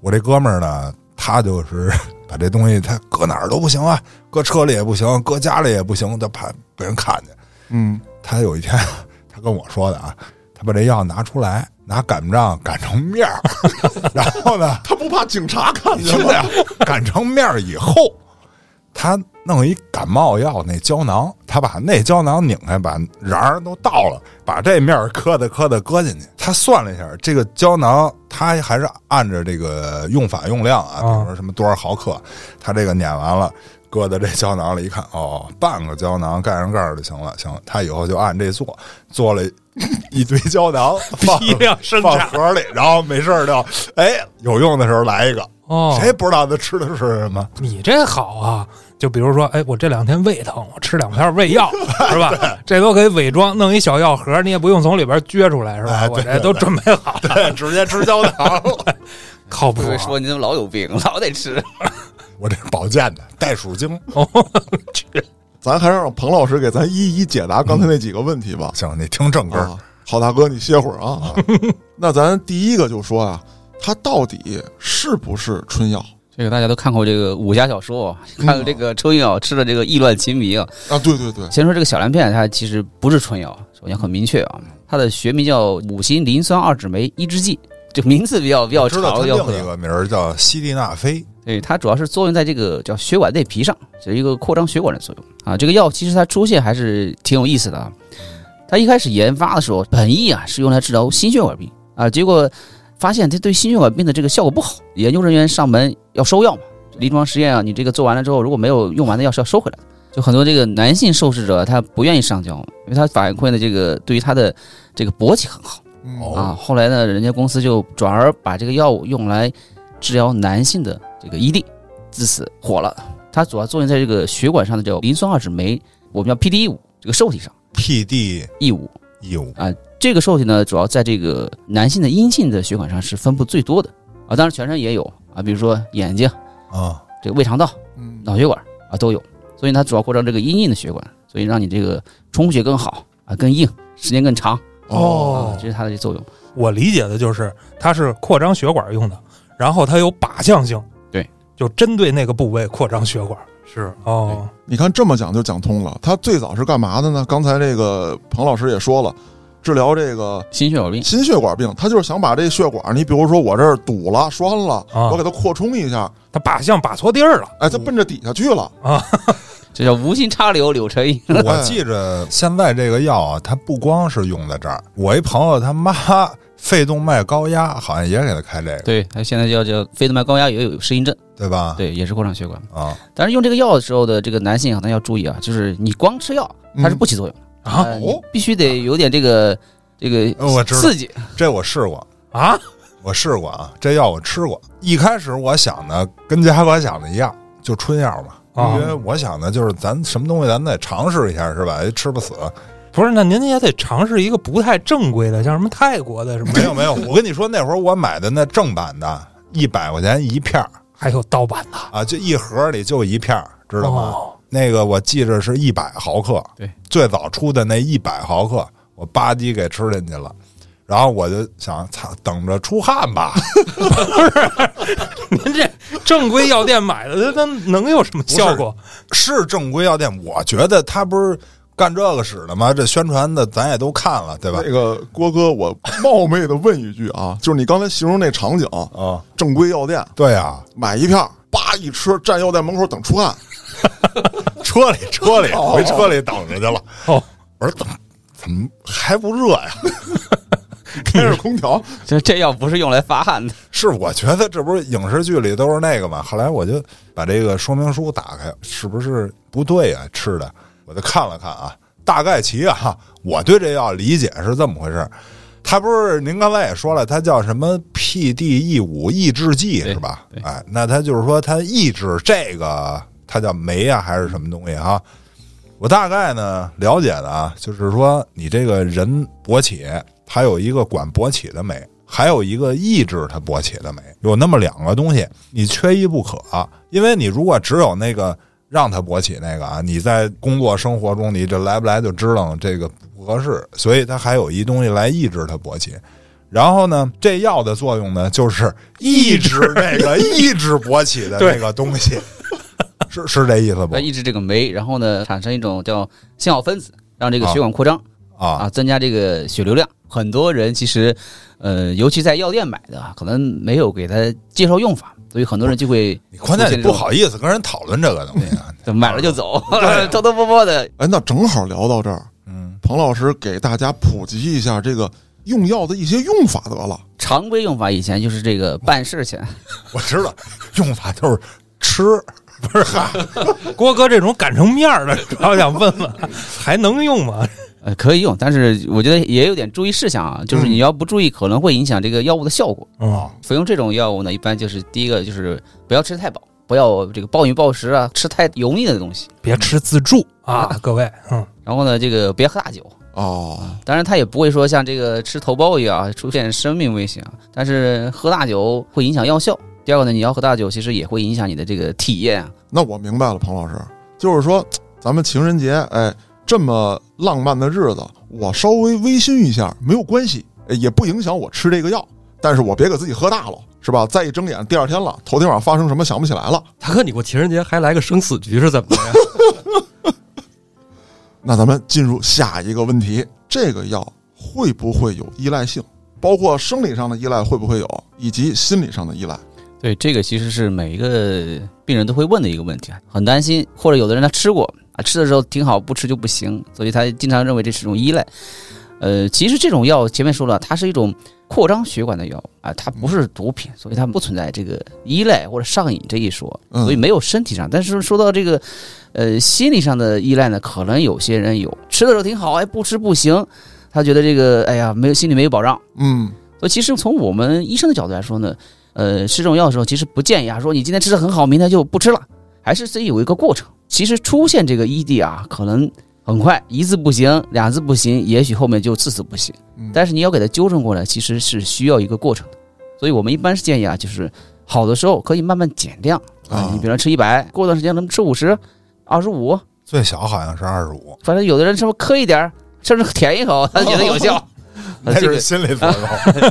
B: 我这哥们儿呢，他就是 把这东西，他搁哪儿都不行啊，搁车里也不行，搁家里也不行，他怕被人看见。
C: 嗯，
B: 他有一天， 他跟我说的啊，他把这药拿出来，拿擀杖擀成面儿， 然后呢，
C: 他不怕警察看
B: 你
C: 见
B: 听
C: 吗
B: 着？呀，擀成面儿以后，他弄一感冒药那胶囊，他把那胶囊拧开，把瓤儿都倒了，把这面儿磕的磕的搁进去。他算了一下，这个胶囊他还是按着这个用法用量啊，
A: 啊
B: 比如说什么多少毫克，他这个碾完了。搁在这胶囊里一看，哦，半个胶囊盖上盖儿就行了。行了，他以后就按这做，做了 一堆胶囊，放
A: 批量生
B: 放
A: 产
B: 盒里，然后没事儿就，哎，有用的时候来一个，
A: 哦，
B: 谁不知道他吃的是什么？
A: 你这好啊！就比如说，哎，我这两天胃疼，我吃两片胃 药，是吧？这都可以伪装，弄一小药盒，你也不用从里边撅出来，是吧？
B: 哎
A: 我
B: 对
A: 这都准备好了，
B: 对，直接吃胶囊。
A: 靠谱
F: 不
A: 啊、
F: 是说你怎么老有病，老得吃。
B: 我这是保健的袋鼠精。
C: 咱还是让彭老师给咱一一解答刚才那几个问题吧。
B: 行，你听正根儿
C: 啊，好大哥，你歇会儿 啊。那咱第一个就说啊，它到底是不是春药
F: 这个大家都看过这个武侠小说，看过这个春药吃的这个意乱情迷啊。
C: 啊？对对对，
F: 先说这个小蓝片，它其实不是春药，首先很明确啊，它的学名叫五辛磷酸二酯酶抑制剂，这名字比较比较
B: 知道它
F: 长，比较
B: 另一
F: 复
B: 个名儿叫西地那非，
F: 对，它主要是作用在这个叫血管内皮上，是一个扩张血管的作用啊。这个药其实它出现还是挺有意思的啊。它一开始研发的时候，本意啊是用来治疗心血管病啊，结果发现它对心血管病的这个效果不好，研究人员上门要收药嘛。临床实验啊，你这个做完了之后，如果没有用完的药是要收回来的。就很多这个男性受试者他不愿意上交，因为他反馈的这个对于他的这个勃起很好。
C: 嗯
B: 哦
F: 啊，后来呢，人家公司就转而把这个药物用来治疗男性的这个伊利，自此火了。它主要作用在这个血管上的叫磷酸二酯酶，我们叫 PD 五这个受体上
B: PD
F: ，E 五
B: 一五
F: 这个受体呢，主要在这个男性的阴性的血管上是分布最多的啊，当然全身也有啊，比如说眼睛、
B: 啊，
F: 这个胃肠道、
C: 嗯
F: 脑血管啊都有，所以它主要扩张这个阴性的血管，所以让你这个充血更好啊，更硬，时间更长啊，
A: 哦
F: 这，是它的这作用。
A: 我理解的就是它是扩张血管用的，然后它有靶向性，
F: 对，
A: 就针对那个部位扩张血管。
D: 是
A: 哦，
C: 你看这么讲就讲通了。它最早是干嘛的呢？刚才这个彭老师也说了，治疗这个
F: 心血管病
C: 心血管病，他就是想把这血管，你比如说我这儿堵了、栓了，
A: 啊
C: 我给它扩充一下，
A: 它靶向靶错地儿了。
B: 嗯
C: 哎，它奔着底下去了。
F: 这叫无心插柳柳成荫。
B: 我记着现在这个药啊，它不光是用在这儿。我一朋友他妈 肺动脉高压，好像也给他开这个，
F: 对，它现在叫叫非动脉高压也有适应症，
B: 对吧？
F: 对，也是扩张血管。
B: 啊，
F: 但是用这个药的时候的这个男性可能要注意啊，就是你光吃药
B: 嗯
F: 它是不起作用的、
A: 啊
F: 呃你必须得有点这个这
B: 哦我
F: 个
B: 知道
F: 刺激。
B: 这我试过，
A: 啊，
B: 我试过啊，这药我吃过。一开始我想的跟嘉哥想的一样，就春药嘛。
A: 啊
B: 因为我想的就是咱什么东西咱得尝试一下，是吧？哎吃不死，
A: 不是，那您也得尝试一个不太正规的，像什么泰国的什么，
B: 没 有 没有，我跟你说，那会儿我买的那正版的，一百块钱一片儿
A: 还有盗版的，
B: 啊，就一盒里就一片儿，知道吗？
A: 哦，
B: 那个我记着是一百毫克，
F: 对，
B: 最早出的那一百毫克，我吧唧给吃进去了。然后我就想，操，等着出汗吧。
A: 您这正规药店买的，它它能有什么效果？
B: 是正规药店，我觉得他不是干这个使的吗？这宣传的咱也都看了，对吧？
C: 那个郭哥，我冒昧的问一句啊，就是你刚才形容那场景，
B: 啊，
C: 正规药店
B: 对啊，
C: 买一片儿，叭一吃，站药店门口等出汗，
B: 车里车里回车里等着去了。
A: 哦，
B: 我说怎么怎么还不热呀？
C: 开着 空调，
F: 这这药不是用来发汗的，
B: 是，我觉得这不是影视剧里都是那个嘛。后来我就把这个说明书打开，是不是不对啊？吃的，我就看了看啊，大概其啊，我对这药理解是这么回事儿。它不是您刚才也说了，它叫什么 PDE 五抑制剂是吧？哎，那它就是说它抑制这个，它叫酶啊还是什么东西啊？我大概呢了解的啊，就是说你这个人勃起，它有一个管勃起的酶，还有一个抑制它勃起的美，有那么两个东西，你缺一不可。啊因为你如果只有那个让它勃起那个啊，你在工作生活中你这来不来就知道这个不合适，所以它还有一东西来抑制它勃起。然后呢，这药的作用呢，就是抑制那个抑制勃起的那个东西，是是这意思不
F: 那？抑制这个酶，然后呢产生一种叫信号分子，让这个血管扩张
B: 啊
F: 啊，增加这个血流量。很多人其实，呃，尤其在药店买的啊，可能没有给他介绍用法，所以很多人就会
B: 你关键你
F: 出现这
B: 不
F: 种
B: 好意思跟人讨论这个东西 啊，
F: 就买了就走， 偷偷摸摸的。
C: 哎，那正好聊到这儿，
B: 嗯，
C: 彭老师给大家普及一下这个用药的一些用法得了。
F: 常规用法以前就是这个办事钱，
B: 我知道用法就是吃，不是嗨，
A: 郭哥这种擀成面儿的，主要想问问，还能用吗？
F: 呃，可以用，但是我觉得也有点注意事项啊，就是你要不注意，可能会影响这个药物的效果。
B: 哦
A: 嗯，
F: 服用这种药物呢，一般就是第一个就是不要吃太饱，不要这个暴饮暴食啊，吃太油腻的东西。
A: 别吃自助啊，各位，嗯，
F: 然后呢，这个别喝大酒，
C: 哦，
F: 当然它也不会说像这个吃头孢一样出现生命危险啊，但是喝大酒会影响药效。第二个呢，你要喝大酒，其实也会影响你的这个体验啊。
C: 那我明白了，彭老师，就是说咱们情人节，哎，这么浪漫的日子，我稍微微醺一下没有关系，哎也不影响我吃这个药，但是我别给自己喝大了，是吧？再一睁眼，第二天了，头天晚上发生什么想不起来了。
D: 大哥，你过情人节还来个生死局是怎么着呀？
C: 那咱们进入下一个问题：这个药会不会有依赖性？包括生理上的依赖会不会有，以及心理上的依赖？
F: 对，这个其实是每一个病人都会问的一个问题啊，很担心，或者有的人他吃过啊，吃的时候挺好，不吃就不行，所以他经常认为这是一种依赖。呃，其实这种药前面说了，它是一种扩张血管的药啊，它不是毒品，所以它不存在这个依赖或者上瘾这一说，
C: 嗯
F: 所以没有身体上。但是说到这个，呃，心理上的依赖呢，可能有些人有，吃的时候挺好，哎，不吃不行，他觉得这个，哎呀，没有心里没有保障，
C: 嗯，
F: 所以其实从我们医生的角度来说呢，呃，吃这种药的时候，其实不建议啊，说你今天吃的很好，明天就不吃了，还是自己有一个过程。其实出现这个 ED 啊，可能很快一次不行，两次不行，也许后面就次次不行。
C: 嗯
F: 但是你要给它纠正过来，其实是需要一个过程的。所以我们一般是建议啊，就是好的时候可以慢慢减量啊
C: 啊，
F: 你比方吃一百，过段时间能吃五十、二十五，
B: 最小好像是二十五，
F: 反正有的人稍微磕一点儿，甚至舔一口，他觉得有效。啊
B: 那
F: 这
B: 是
F: 个
B: 心理作用。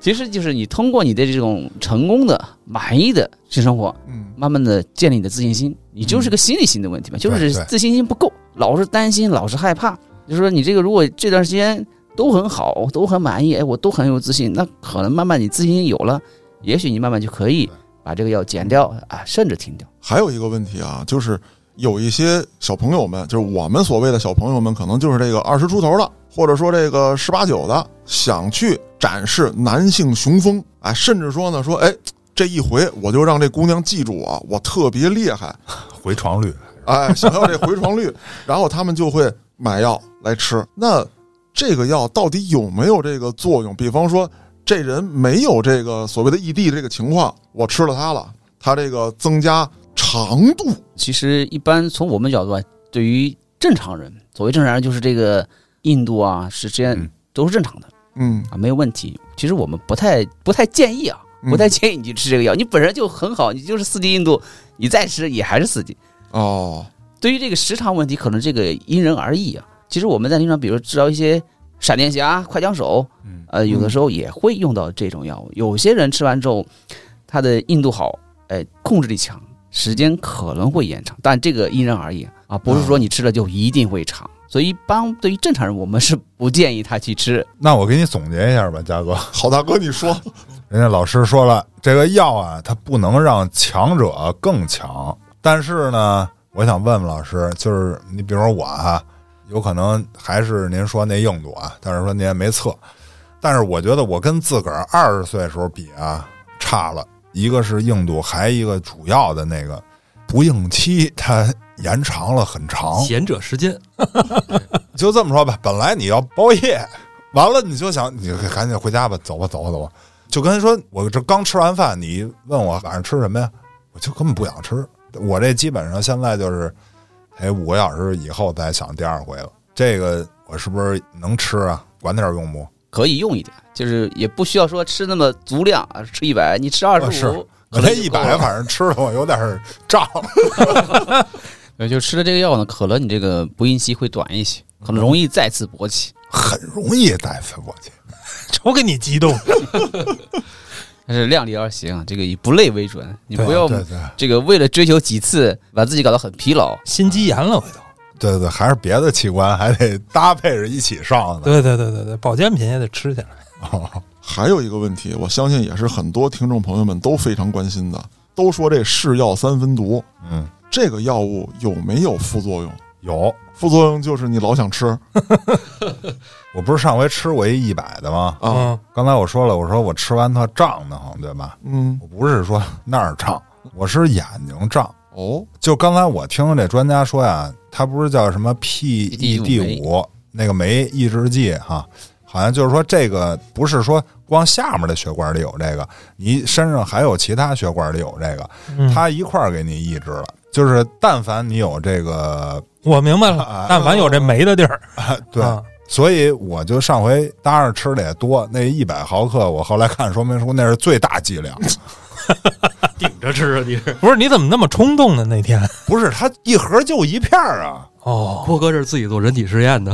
F: 其实就是你通过你的这种成功的、满意的性生活，
C: 嗯，
F: 慢慢的建立你的自信心。你就是个心理性的问题嘛，就是
B: 对
F: 自信心不够，老是担心，老是害怕。就是说你这个如果这段时间都很好，都很满意，哎，我都很有自信，那可能慢慢你自信心有了，也许你慢慢就可以把这个药减掉啊，甚至停掉。
C: 还有一个问题啊，就是有一些小朋友们，就是我们所谓的小朋友们，可能就是这个二十出头的，或者说这个十八九的，想去展示男性雄风，哎，甚至说呢，说哎，这一回我就让这姑娘记住啊我，我特别厉害，
B: 回床率
C: 哎，想要这回床率，然后他们就会买药来吃。那这个药到底有没有这个作用？比方说，这人没有这个所谓的异地这个情况，我吃了它了，它这个增加长度，
F: 其实一般从我们角度啊，对于正常人，所谓正常人就是这个印度啊，是这样
B: 嗯
F: 都是正常的。
C: 嗯，
F: 啊，没有问题。其实我们不太不太建议啊，
C: 嗯
F: 不太建议你去吃这个药。你本身就很好，你就是四级硬度，你再吃也还是四级。
C: 哦，
F: 对于这个时长问题，可能这个因人而异啊。其实我们在临床，比如治疗一些闪电侠、快枪手，
B: 嗯
F: 呃，有的时候也会用到这种药物。有些人吃完之后，他的硬度好，哎，控制力强，时间可能会延长，但这个因人而异啊，不是说
B: 嗯
F: 你吃了就一定会长。所以，一般对于正常人，我们是不建议他去吃
B: 那我给你总结一下吧，嘉哥。
C: 好大哥，你说，
B: 人家老师说了，这个药啊，它不能让强者更强。但是呢，我想问问老师，就是你比如说我啊，有可能还是您说那硬度啊，但是说您也没测。但是我觉得我跟自个儿二十岁的时候比啊，差了一个是硬度，还一个主要的那个不应期，它延长了很长。
D: 贤者时间，
B: 就这么说吧，本来你要包夜，完了你就想你赶紧回家吧，走吧走吧走吧，就跟人说我这刚吃完饭，你问我晚上吃什么呀，我就根本不想吃。我这基本上现在就是， 哎，五个小时以后再想第二回了。这个我是不是能吃啊？管点用不？
F: 可以用一点，就是也不需要说吃那么足量，啊，吃一百，你吃二
B: 啊
F: 十
B: 是
F: 五，
B: 我这一百反正吃的我有点儿胀，
F: 对，就吃了这个药呢，可能你这个不孕期会短一些，很容易再次勃起。
B: 很容易带死我去。
A: 瞅给你激动，
F: 但是量力而行，这个以不累为准，你
B: 对啊
F: 不要
B: 对对
F: 这个为了追求几次把自己搞得很疲劳。
A: 心肌炎了回头。
B: 对对，还是别的器官还得搭配着一起上的。
A: 对对对对对，保健品也得吃起来。
B: 哦
C: 还有一个问题，我相信也是很多听众朋友们都非常关心的，都说这是药三分毒，
B: 嗯，
C: 这个药物有没有副作用？
B: 有，
C: 副作用就是你老想吃
B: 我不是上回吃过一一百的吗？
C: 啊，
B: 刚才我说了，我说我吃完它胀得慌，对吧？
C: 嗯，
B: 我不是说那儿胀，我是眼睛胀。
C: 哦，
B: 就刚才我听这专家说呀，他不是叫什么 PED 五那个酶抑制剂哈、好像就是说这个不是说光下面的血管里有这个，你身上还有其他血管里有这个，
A: 嗯，
B: 它一块儿给你抑制了。就是但凡你有这个，
A: 我明白
B: 啊
A: 了，但凡有这酶的地儿，
B: 对，
A: 啊
B: 所以我就上回当然吃的也多，那一百毫克，我后来看说明书那是最大剂量。
D: 顶着吃啊！你 是
A: 不是你怎么那么冲动呢？那天
B: 不是，它一盒就一片儿啊。
A: 哦，
D: 郭哥这是自己做人体实验的，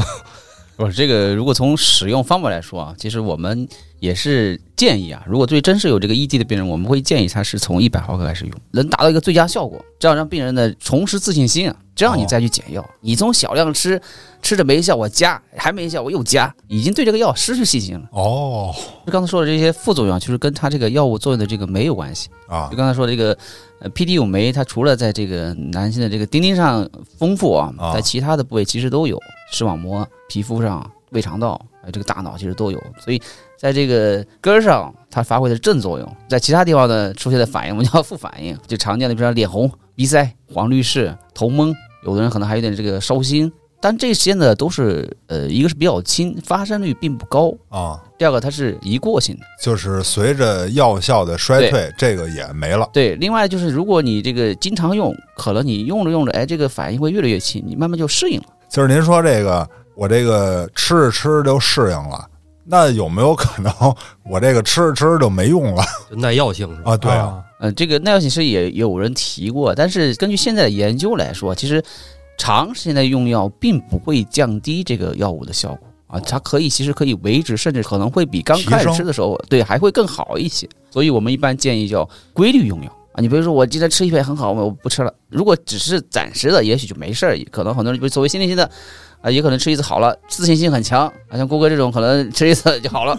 F: 不是这个，如果从使用方法来说啊，其实我们也是建议啊，如果对真是有这个 ED 的病人，我们会建议他是从一百毫克开始用，能达到一个最佳效果，这样让病人呢重拾自信心啊，这样你再去减药。你从小量吃，吃着没效，我加还没效，我又加，已经对这个药失去信心了。
B: 哦
F: 就刚才说的这些副作用啊，就是跟他这个药物作用的这个酶有关系。
B: 啊
F: 就刚才说这个，呃，PD 五酶，它除了在这个男性的这个丁丁上丰富啊
B: 啊，
F: 在其他的部位其实都有，视网膜、皮肤上、胃肠道，还有这个大脑其实都有，所以在这个根儿上它发挥的是正作用，在其他地方呢出现的反应我们叫副反应，就常见的比如说脸红、鼻塞、黄绿视、头蒙，有的人可能还有点这个烧心，但这些呢都是呃，一个是比较轻，发生率并不高。
B: 啊，
F: 第二个，它是一过性的，
B: 就是随着药效的衰退，这个也没了。
F: 对，另外就是如果你这个经常用，可能你用着用着，哎，这个反应会越来越轻，你慢慢就适应了。
B: 就是您说这个，我这个吃着吃着就适应了，那有没有可能我这个吃着吃着就没用了
D: 就耐药性是吧？
B: 啊？对啊，
A: 啊，
F: 嗯、这个耐药性是也有人提过，但是根据现在的研究来说，其实长时间的用药并不会降低这个药物的效果啊，它可以其实可以维持，甚至可能会比刚开
B: 提
F: 始
B: 升
F: 吃的时候对还会更好一些。所以我们一般建议叫规律用药。啊，你比如说我今天吃一片很好，我不吃了。如果只是暂时的，也许就没事儿。可能很多人，比如所谓心理性的，啊，也可能吃一次好了，自信心很强。啊，像郭哥这种，可能吃一次就好了。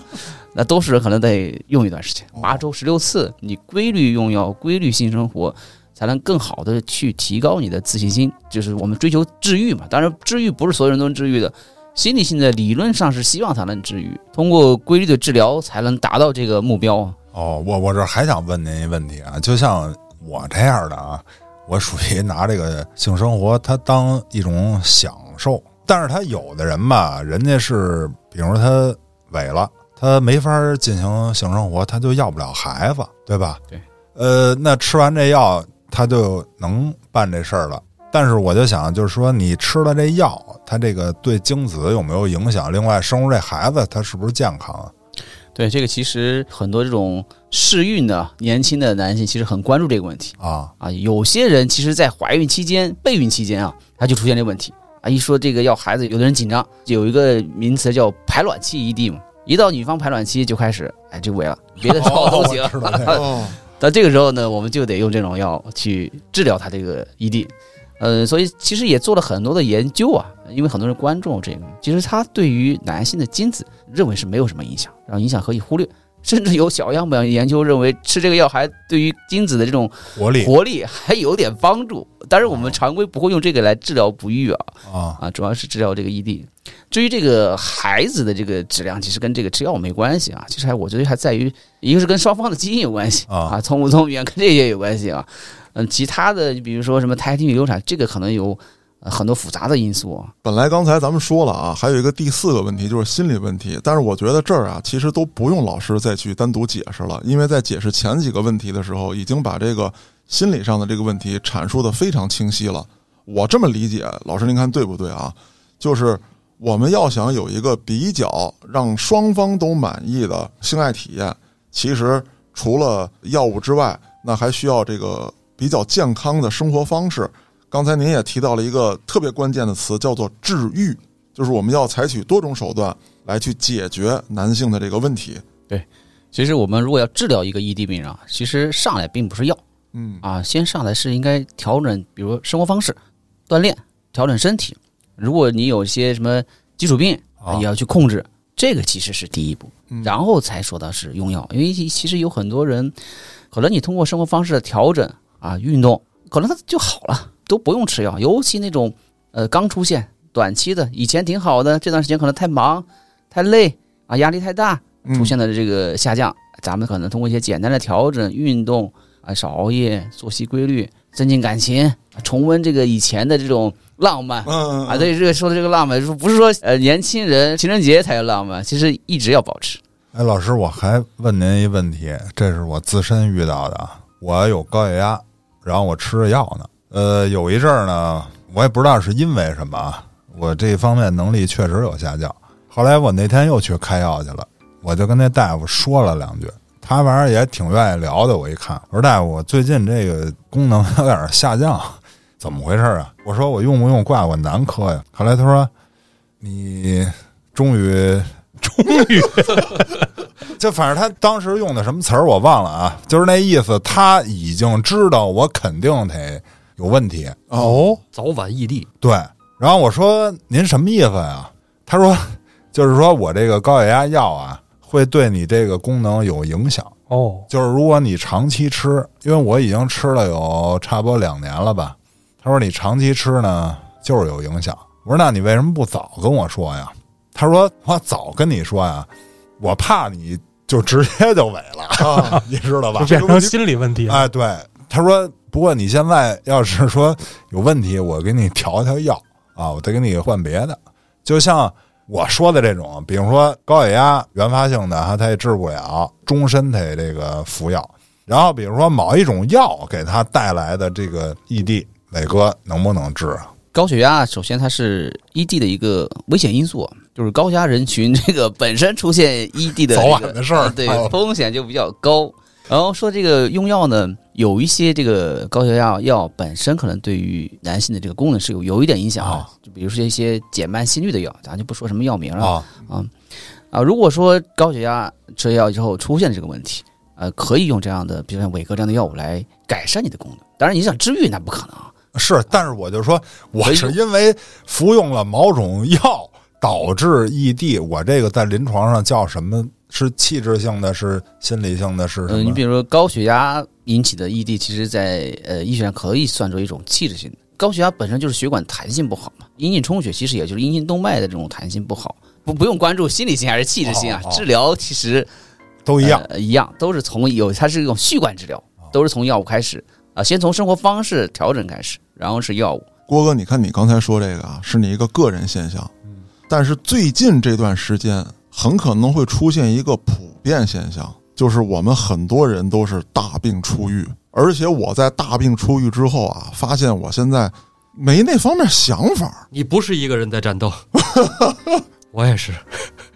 F: 那都是可能得用一段时间，八周十六次，你规律用药、规律性生活，才能更好的去提高你的自信心。就是我们追求治愈嘛，当然治愈不是所有人都能治愈的，心理性的理论上是希望它能治愈，通过规律的治疗才能达到这个目标啊。
B: 哦，我我这还想问您一问题啊，就像我这样的啊，我属于拿这个性生活它当一种享受，但是他有的人吧，人家是比如他萎了，他没法进行性生活，他就要不了孩子，对吧？
F: 对。
B: 呃，那吃完这药，他就能办这事儿了。但是我就想，就是说，你吃了这药，它这个对精子有没有影响？另外，生出这孩子，他是不是健康啊？
F: 对，这个其实很多这种适孕的年轻的男性其实很关注这个问题。
B: 啊，
F: 啊，有些人其实，在怀孕期间、备孕期间啊，他就出现这问题啊。一说这个要孩子，有的人紧张，有一个名词叫排卵期 ED 嘛，一到女方排卵期就开始，哎，这萎了，别 的时候都行。
B: 哦 我知道那个
C: 哦，
F: 但这个时候呢，我们就得用这种药去治疗他这个 ED。呃，所以其实也做了很多的研究啊，因为很多人关注这个，其实它对于男性的精子认为是没有什么影响，然后影响可以忽略，甚至有小样本研究认为吃这个药还对于精子的这种
B: 活
A: 哦
B: 力
F: 活力还有点帮助。但是我们常规不会用这个来治疗不育啊
B: 啊，
F: 啊，主要是治疗这个异地。至于这个孩子的这个质量，其实跟这个吃药没关系啊。其实还我觉得还在于，一个是跟双方的基因有关系
B: 啊
F: 啊，聪不聪明跟这些有关系啊。嗯，其他的比如说什么胎停与流产，这个可能有呃很多复杂的因素啊。
C: 本来刚才咱们说了啊，还有一个第四个问题就是心理问题，但是我觉得这儿啊，其实都不用老师再去单独解释了，因为在解释前几个问题的时候，已经把这个心理上的这个问题阐述的非常清晰了。我这么理解，老师您看对不对啊？就是我们要想有一个比较让双方都满意的性爱体验，其实除了药物之外，那还需要这个比较健康的生活方式。刚才您也提到了一个特别关键的词，叫做治愈，就是我们要采取多种手段来去解决男性的这个问题。
F: 其实我们如果要治疗一个异地病人啊，其实上来并不是药
C: 嗯
F: 啊，先上来是应该调整，比如生活方式、锻炼、调整身体。如果你有一些什么基础病，
A: 啊
F: 也要去控制，这个其实是第一步。
C: 哦嗯
F: 然后才说到是用药，因为其其实有很多人，可能你通过生活方式的调整啊，运动，可能他就好了，都不用吃药。尤其那种呃刚出现、短期的，以前挺好的，这段时间可能太忙、太累啊，压力太大，
C: 嗯
F: 出现的这个下降，咱们可能通过一些简单的调整、运动啊、少熬夜、作息规律、增进感情、啊重温这个以前的这种浪漫
C: 嗯
F: 啊。，对，这个说的这个浪漫，不是说呃年轻人情人节才有浪漫，其实一直要保持。
B: 哎，老师，我还问您一问题，这是我自身遇到的啊。我有高血压，然后我吃着药呢。呃，有一阵儿呢，我也不知道是因为什么啊，我这方面能力确实有下降。后来我那天又去开药去了，我就跟那大夫说了两句，他反正也挺愿意聊的。我一看，我说大夫，我最近这个功能有点下降，怎么回事啊？我说我用不用挂我男科呀？后来他说，你终于就反正他当时用的什么词儿我忘了啊，就是那意思，他已经知道我肯定得有问题，
A: 哦，
D: 早晚异地，
B: 对。然后我说您什么意思呀？他说就是说我这个高血压药啊，会对你这个功能有影响，
A: 哦，
B: 就是如果你长期吃，因为我已经吃了有差不多两年了吧。他说你长期吃呢，就是有影响。我说那你为什么不早跟我说呀？他说我早跟你说呀，我怕你就直接就萎了。
C: 啊，
B: 你知道吧
A: 就？变成心理问题了。
B: 哎，对，他说，不过你现在要是说有问题，我给你调调药啊， 我再给你换别的。就像我说的这种，比如说高血压原发性的，哈，他也治不了，终身得这个服药。然后比如说某一种药给他带来的这个 E 异地，磊哥能不能治啊？
F: 高血压首先它是异地的一个危险因素，就是高血压人群这个本身出现异地的、这
B: 早
F: 个、
B: 晚的事儿
F: 啊对
B: 哦
F: 风险就比较高。然后说这个用药呢，有一些这个高血压药本身可能对于男性的这个功能是有有一点影响
B: 啊，
F: 就比如说一些减慢心率的药，咱就不说什么药名了
B: 啊，
F: 啊，如果说高血压吃药之后出现这个问题，呃，可以用这样的，比如像伟哥这样的药物来改善你的功能。当然，你想治愈那不可能啊，
B: 是，但是我就说，我是因为服用了某种药导致异地，我这个在临床上叫什么？是气质性的，是心理性的，是什
F: 呃，你
B: 么
F: 比？如说高血压引起的异地，其实在呃医学上可以算作一种器质性的。高血压本身就是血管弹性不好嘛，阴茎充血其实也就是阴茎动脉的这种弹性不好，不不用关注心理性还是器质性啊
B: 哦，哦
F: 治疗其实
B: 都一样。
F: 呃一样都是从有它是一种序贯治疗，都是从药物开始啊、先从生活方式调整开始，然后是药物。
C: 郭哥，你看你刚才说这个啊，是你一个个人现象，但是最近这段时间很可能会出现一个普遍现象，就是我们很多人都是大病初愈，而且我在大病初愈之后啊，发现我现在没那方面想法，
D: 你不是一个人在战斗，我也是。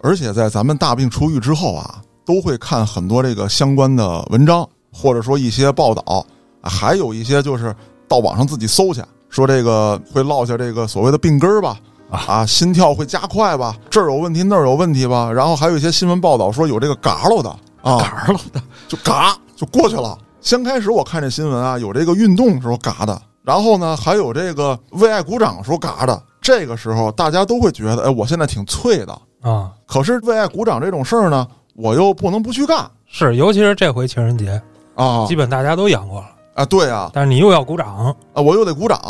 C: 而且在咱们大病初愈之后啊，都会看很多这个相关的文章，或者说一些报道，啊还有一些就是到网上自己搜去，说这个会落下这个所谓的病根儿吧，啊，心跳会加快吧，这儿有问题那儿有问题吧，然后还有一些新闻报道说有这个嘎喽的啊，嘎喽的就嘎就过去了。先开始我看这新闻啊，有这个运动时候嘎的，然后呢还有这个为爱鼓掌时候嘎的，这个时候大家都会觉得，哎，我现在挺脆的。
A: 啊，
C: 可是为爱鼓掌这种事儿呢，我又不能不去干
A: 是，尤其是这回情人节，
C: 啊
A: 基本大家都养过了，
C: 啊！对啊，
A: 但是你又要鼓掌，
C: 啊，我又得鼓掌，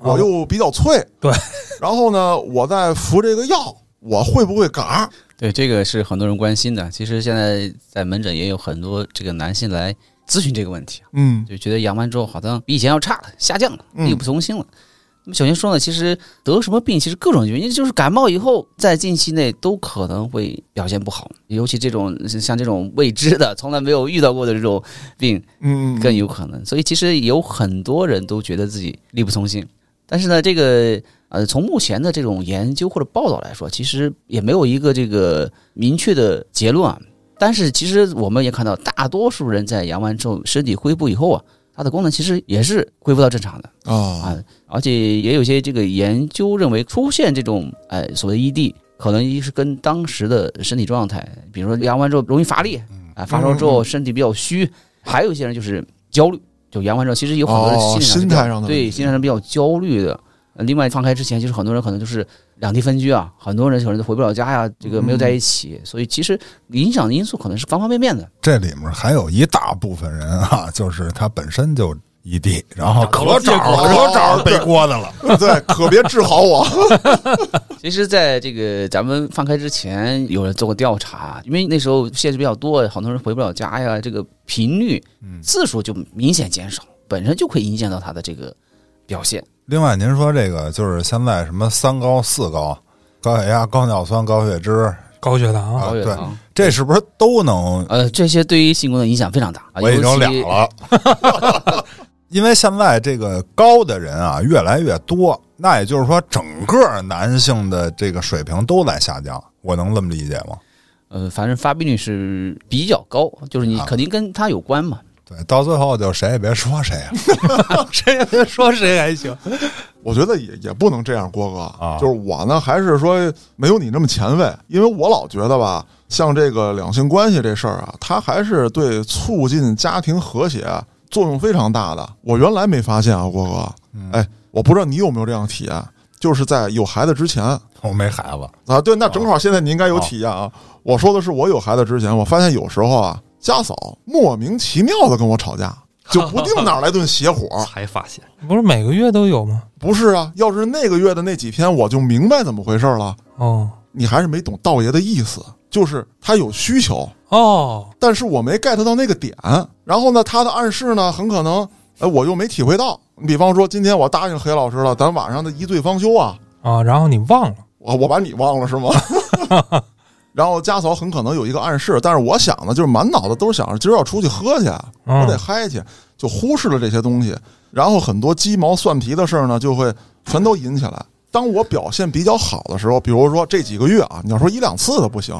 C: 我又比较脆，
A: 对。
C: 然后呢，我再服这个药，我会不会嘎？
F: 对，这个是很多人关心的。其实现在在门诊也有很多这个男性来咨询这个问题啊，
C: 嗯
F: 就觉得阳完之后好像比以前要差了，下降了，
C: 嗯
F: 力不从心了。那么小新说呢，其实得什么病，其实各种原因，就是感冒以后在近期内都可能会表现不好，尤其这种像这种未知的、从来没有遇到过的这种病
C: 嗯，
F: 更有可能。所以其实有很多人都觉得自己力不从心，但是呢，这个呃，从目前的这种研究或者报道来说，其实也没有一个这个明确的结论啊。但是其实我们也看到，大多数人在阳完之后，身体恢复以后啊，它的功能其实也是恢复到正常的。
C: 啊，
F: 啊，而且也有些这个研究认为，出现这种哎所谓 ED，可能一是跟当时的身体状态，比如说阳完之后容易乏力，
C: 嗯
F: 啊，发烧之后身体比较虚，还有一些人就是焦虑，就阳完之后其实有很多人
C: 哦
F: 心理
C: 心态上的问
F: 对
C: 题
F: 心态上比较焦虑的。呃另外，放开之前，就是很多人可能就是两地分居啊，很多人可能都回不了家呀、这个没有在一起，所以其实影响的因素可能是方方面面的。
B: 这里面还有一大部分人啊，就是他本身就异地，然后可找
C: 找了
B: 可找着背锅的了。
C: 对，可别治好我。
F: 其实，在这个咱们放开之前，有人做过调查，因为那时候限制比较多，很多人回不了家呀，这个频率、
B: 嗯
F: 次数就明显减少，本身就会影响到他的这个表现。
B: 另外，您说这个就是现在什么三高、四高，高血压、高尿酸、高血脂，
A: 高血糖
B: 啊
A: 啊，
F: 高血
B: 对
F: 糖，
B: 这是不是都能？
F: 呃，这些对于性功能影响非常大。啊
B: 我已经
F: 尤
B: 俩
F: 其
B: 了， 因为现在这个高的人啊越来越多，那也就是说，整个男性的这个水平都在下降，我能这么理解吗？
F: 呃，反正发病率是比较高，就是你
B: 啊
F: 肯定跟它有关嘛。
B: 对，到最后就谁也别说谁啊了。
A: 谁也别说谁还行。
C: 我觉得也也不能这样，郭哥
B: 啊
C: 就是我呢，还是说没有你那么前卫，因为我老觉得吧，像这个两性关系这事儿啊，它还是对促进家庭和谐作用非常大的。我原来没发现啊，郭哥，哎，我不知道你有没有这样体验，就是在有孩子之前啊，
B: 我没孩子，
C: 对，那正好现在你应该有体验啊。我说的是我有孩子之前，我发现有时候啊，家嫂莫名其妙的跟我吵架，就不定哪儿来顿邪火。
D: 才发现
A: 不是每个月都有吗？
C: 不是啊，要是那个月的那几天，我就明白怎么回事了。
A: 哦
C: 你还是没懂道爷的意思，就是他有需求，
A: 哦，
C: 但是我没 get 到那个点。然后呢，他的暗示呢，很可能，哎，我又没体会到。你比方说，今天我答应黑老师了，咱晚上的一醉方休啊，
A: 啊，然后你忘了，
C: 我我把你忘了是吗？然后家嫂很可能有一个暗示，但是我想的就是满脑子都是想着今儿要出去喝去，我得
A: 嗯，
C: 嗨去，就忽视了这些东西。然后很多鸡毛蒜皮的事儿呢，就会全都引起来。当我表现比较好的时候，比如说这几个月啊，你要说一两次的不行，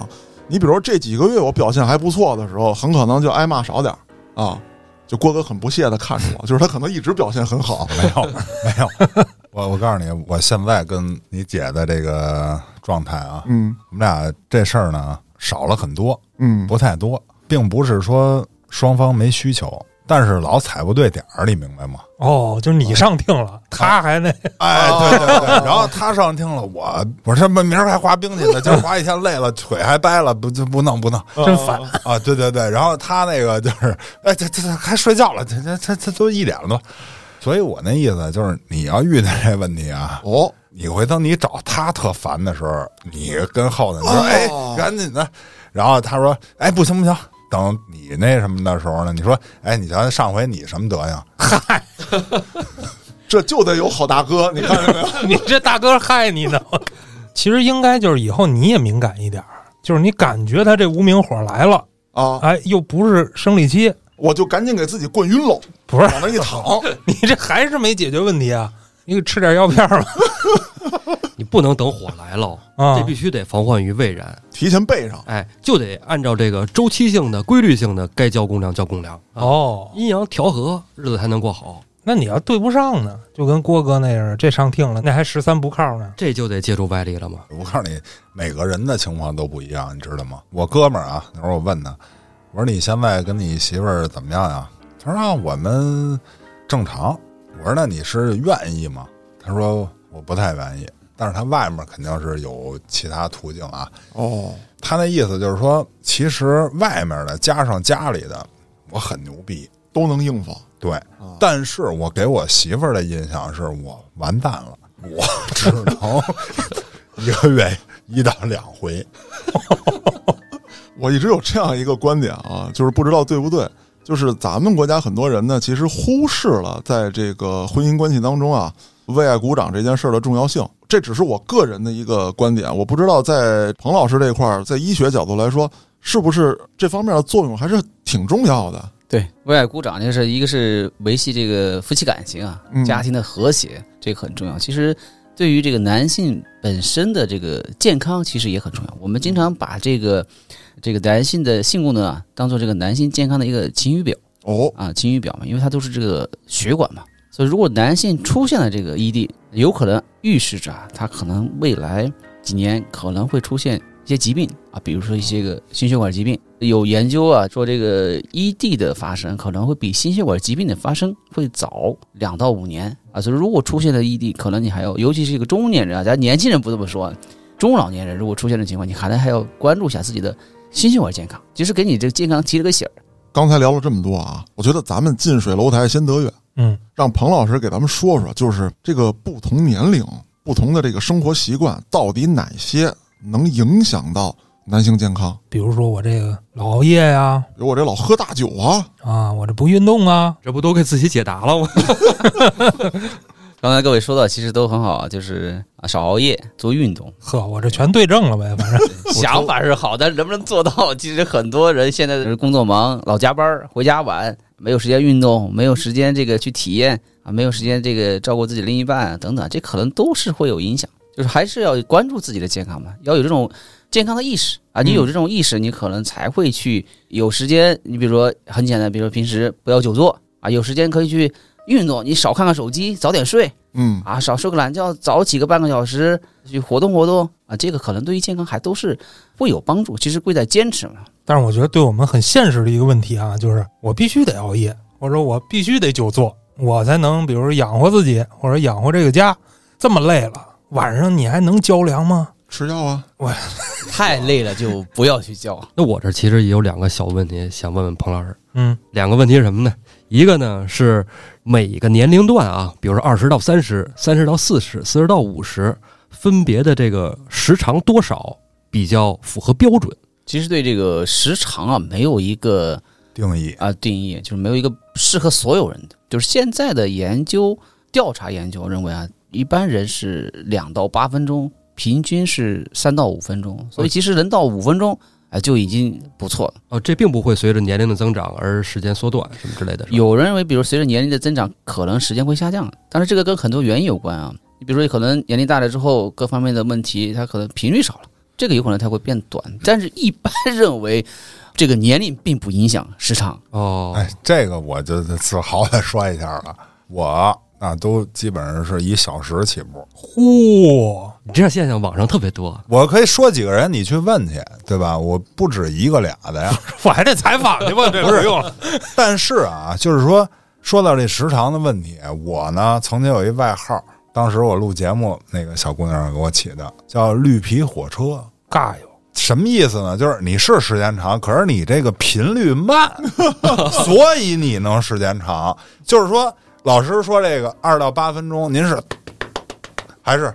C: 你比如说这几个月我表现还不错的时候，很可能就挨骂少点儿啊。 就郭哥很不屑的看着我，就是他可能一直表现很
F: 哦
C: 好，
B: 没 有，没有。我我告诉你，我现在跟你姐的这个状态啊，
C: 嗯
B: 我们俩这事儿呢少了很多，
C: 嗯，
B: 不太多，并不是说双方没需求，但是老踩不对点儿，你明白吗？
A: 哦，就是你上听了，他还那
B: 哎，对对 对。然后他上听了，我我这明儿还滑冰去呢，今儿滑一天累了，腿还掰了，不就不弄不弄
A: 真
C: 嗯
A: 烦。
B: 啊！对对对。然后他那个就是，哎，这这这还睡觉了，这这这这都一点了都。所以我那意思就是，你要遇见这问题啊，
C: 哦，
B: 你回头你找他特烦的时候，你跟后头你说，
C: 哦
B: 哎，赶紧的。然后他说，哎，不行不行，等你那什么的时候呢，你说，哎，你瞧上回你什么德行？
C: 这就得有好大哥，你看见没有？
A: 你这大哥害你呢。 其实应该就是以后你也敏感一点儿，就是你感觉他这无名火来了，
C: 啊，
A: 哎，又不是生理期，
C: 我就赶紧给自己灌晕喽，
A: 不是
C: 往那一躺，
A: 你这还是没解决问题啊。你给吃点药片儿吧，
D: 你不能等火来了，
A: 啊
D: 这必须得防患于未然。
C: 提前备上。
D: 哎，就得按照这个周期性的、规律性的，该交公粮交公粮。啊
A: 哦，
D: 阴阳调和，日子才能过好。
A: 那你要对不上呢，就跟郭哥那样，这上听了，那还十三不靠呢。
D: 这就得借助外力了嘛。
B: 我告诉你，每个人的情况都不一样，你知道吗？我哥们儿啊，那会儿我问他，我说你现在跟你媳妇儿怎么样呀？他说、啊、我们正常。我说那你是愿意吗？他说我不太愿意，但是他外面肯定是有其他途径啊。
C: 哦，
B: 他那意思就是说，其实外面的加上家里的，我很牛逼，
C: 都能应付。
B: 对。但是我给我媳妇儿的印象是我完蛋了，我只能一个月一到两回。
C: 我一直有这样一个观点啊，就是不知道对不对，就是咱们国家很多人呢，其实忽视了在这个婚姻关系当中啊，为爱鼓掌这件事儿的重要性。这只是我个人的一个观点，我不知道在彭老师这块儿，在医学角度来说，是不是这方面的作用还是挺重要的。
F: 对，为爱鼓掌，就是一个是维系这个夫妻感情啊
C: 嗯，
F: 家庭的和谐，这个很重要。其实。对于这个男性本身的这个健康其实也很重要。我们经常把这个这个男性的性功能啊，当做这个男性健康的一个晴雨表
C: 哦，
F: 啊，晴雨表嘛，因为它都是这个血管嘛。所以如果男性出现了这个 ED，有可能预示着啊，他可能未来几年可能会出现一些疾病啊，比如说一些个心血管疾病。有研究啊说，这个 ED 的发生可能会比心血管疾病的发生会早两到五年啊。所以如果出现了 ED，可能你还要，尤其是一个中年人啊，咱年轻人不这么说，中老年人如果出现这情况，你可能还要关注一下自己的心血管健康，其实给你这个健康提了个醒儿。
C: 刚才聊了这么多啊，我觉得咱们近水楼台先得月，
A: 嗯，
C: 让彭老师给咱们说说，就是这个不同年龄、不同的这个生活习惯，到底哪些能影响到男性健康？
A: 比如说我这个老熬夜呀、
C: 比如我这老喝大酒啊，
A: 啊，我这不运动啊，
D: 这不都给自己解答了吗？
F: 刚才各位说到，其实都很好啊，就是啊少熬夜，多运动。
A: 呵，我这全对症了呗，反正
F: 想法是好，但是能不能做到？ 其实很多人现在是工作忙，老加班儿，回家晚，没有时间运动，没有时间这个去体验啊，没有时间这个照顾自己另一半啊等等，这可能都是会有影响。就是还是要关注自己的健康嘛，要有这种健康的意识啊。你有这种意识，你可能才会去有时间。你比如说很简单，比如说平时不要久坐啊，有时间可以去运动，你少看看手机，早点睡，
C: 嗯，
F: 啊，少睡个懒觉，早起个半个小时去活动活动啊，这个可能对于健康还都是会有帮助。其实贵在坚持嘛。
A: 但是我觉得对我们很现实的一个问题啊，就是我必须得熬夜，或者我必须得久坐，我才能比如说养活自己，或者养活这个家。这么累了，晚上你还能着凉吗？
C: 吃药啊，
F: 太累了就不要去叫。
D: 那我这其实也有两个小问题想问问彭老师，
A: 嗯
D: 两个问题是什么呢？一个呢是每个年龄段啊，比如说二十到三十、三十到四十、四十到五十，分别的这个时长多少比较符合标准？
F: 其实对这个时长啊，没有一个
B: 定义
F: 啊定义，就是没有一个适合所有人的。就是现在的研究调查研究认为啊，一般人是两到八分钟，平均是三到五分钟，所以其实能到五分钟啊就已经不错了。
D: 哦，这并不会随着年龄的增长而时间缩短什么之类的。是吧，
F: 有人认为，比如随着年龄的增长，可能时间会下降，但是这个跟很多原因有关啊。你比如说，可能年龄大了之后，各方面的问题，它可能频率少了，这个有可能它会变短。但是，一般 认为，这个年龄并不影响时长。
D: 哦，
B: 哎，这个我就自豪的说一下了，我那都基本上是以小时起步。
A: 嚯，
D: 你这现象网上特别多，
B: 我可以说几个人，你去问去，对吧？我不止一个俩的呀。
A: 我还得采访去吧，这
B: 不是
A: 不用了。
B: 但是啊，就是说说到这时长的问题，我呢曾经有一外号，当时我录节目，那个小姑娘给我起的叫“绿皮火车
A: 尬哟，”，
B: 什么意思呢？就是你是时间长，可是你这个频率慢，所以你能时间长。就是说，老师说这个二到八分钟，您是还是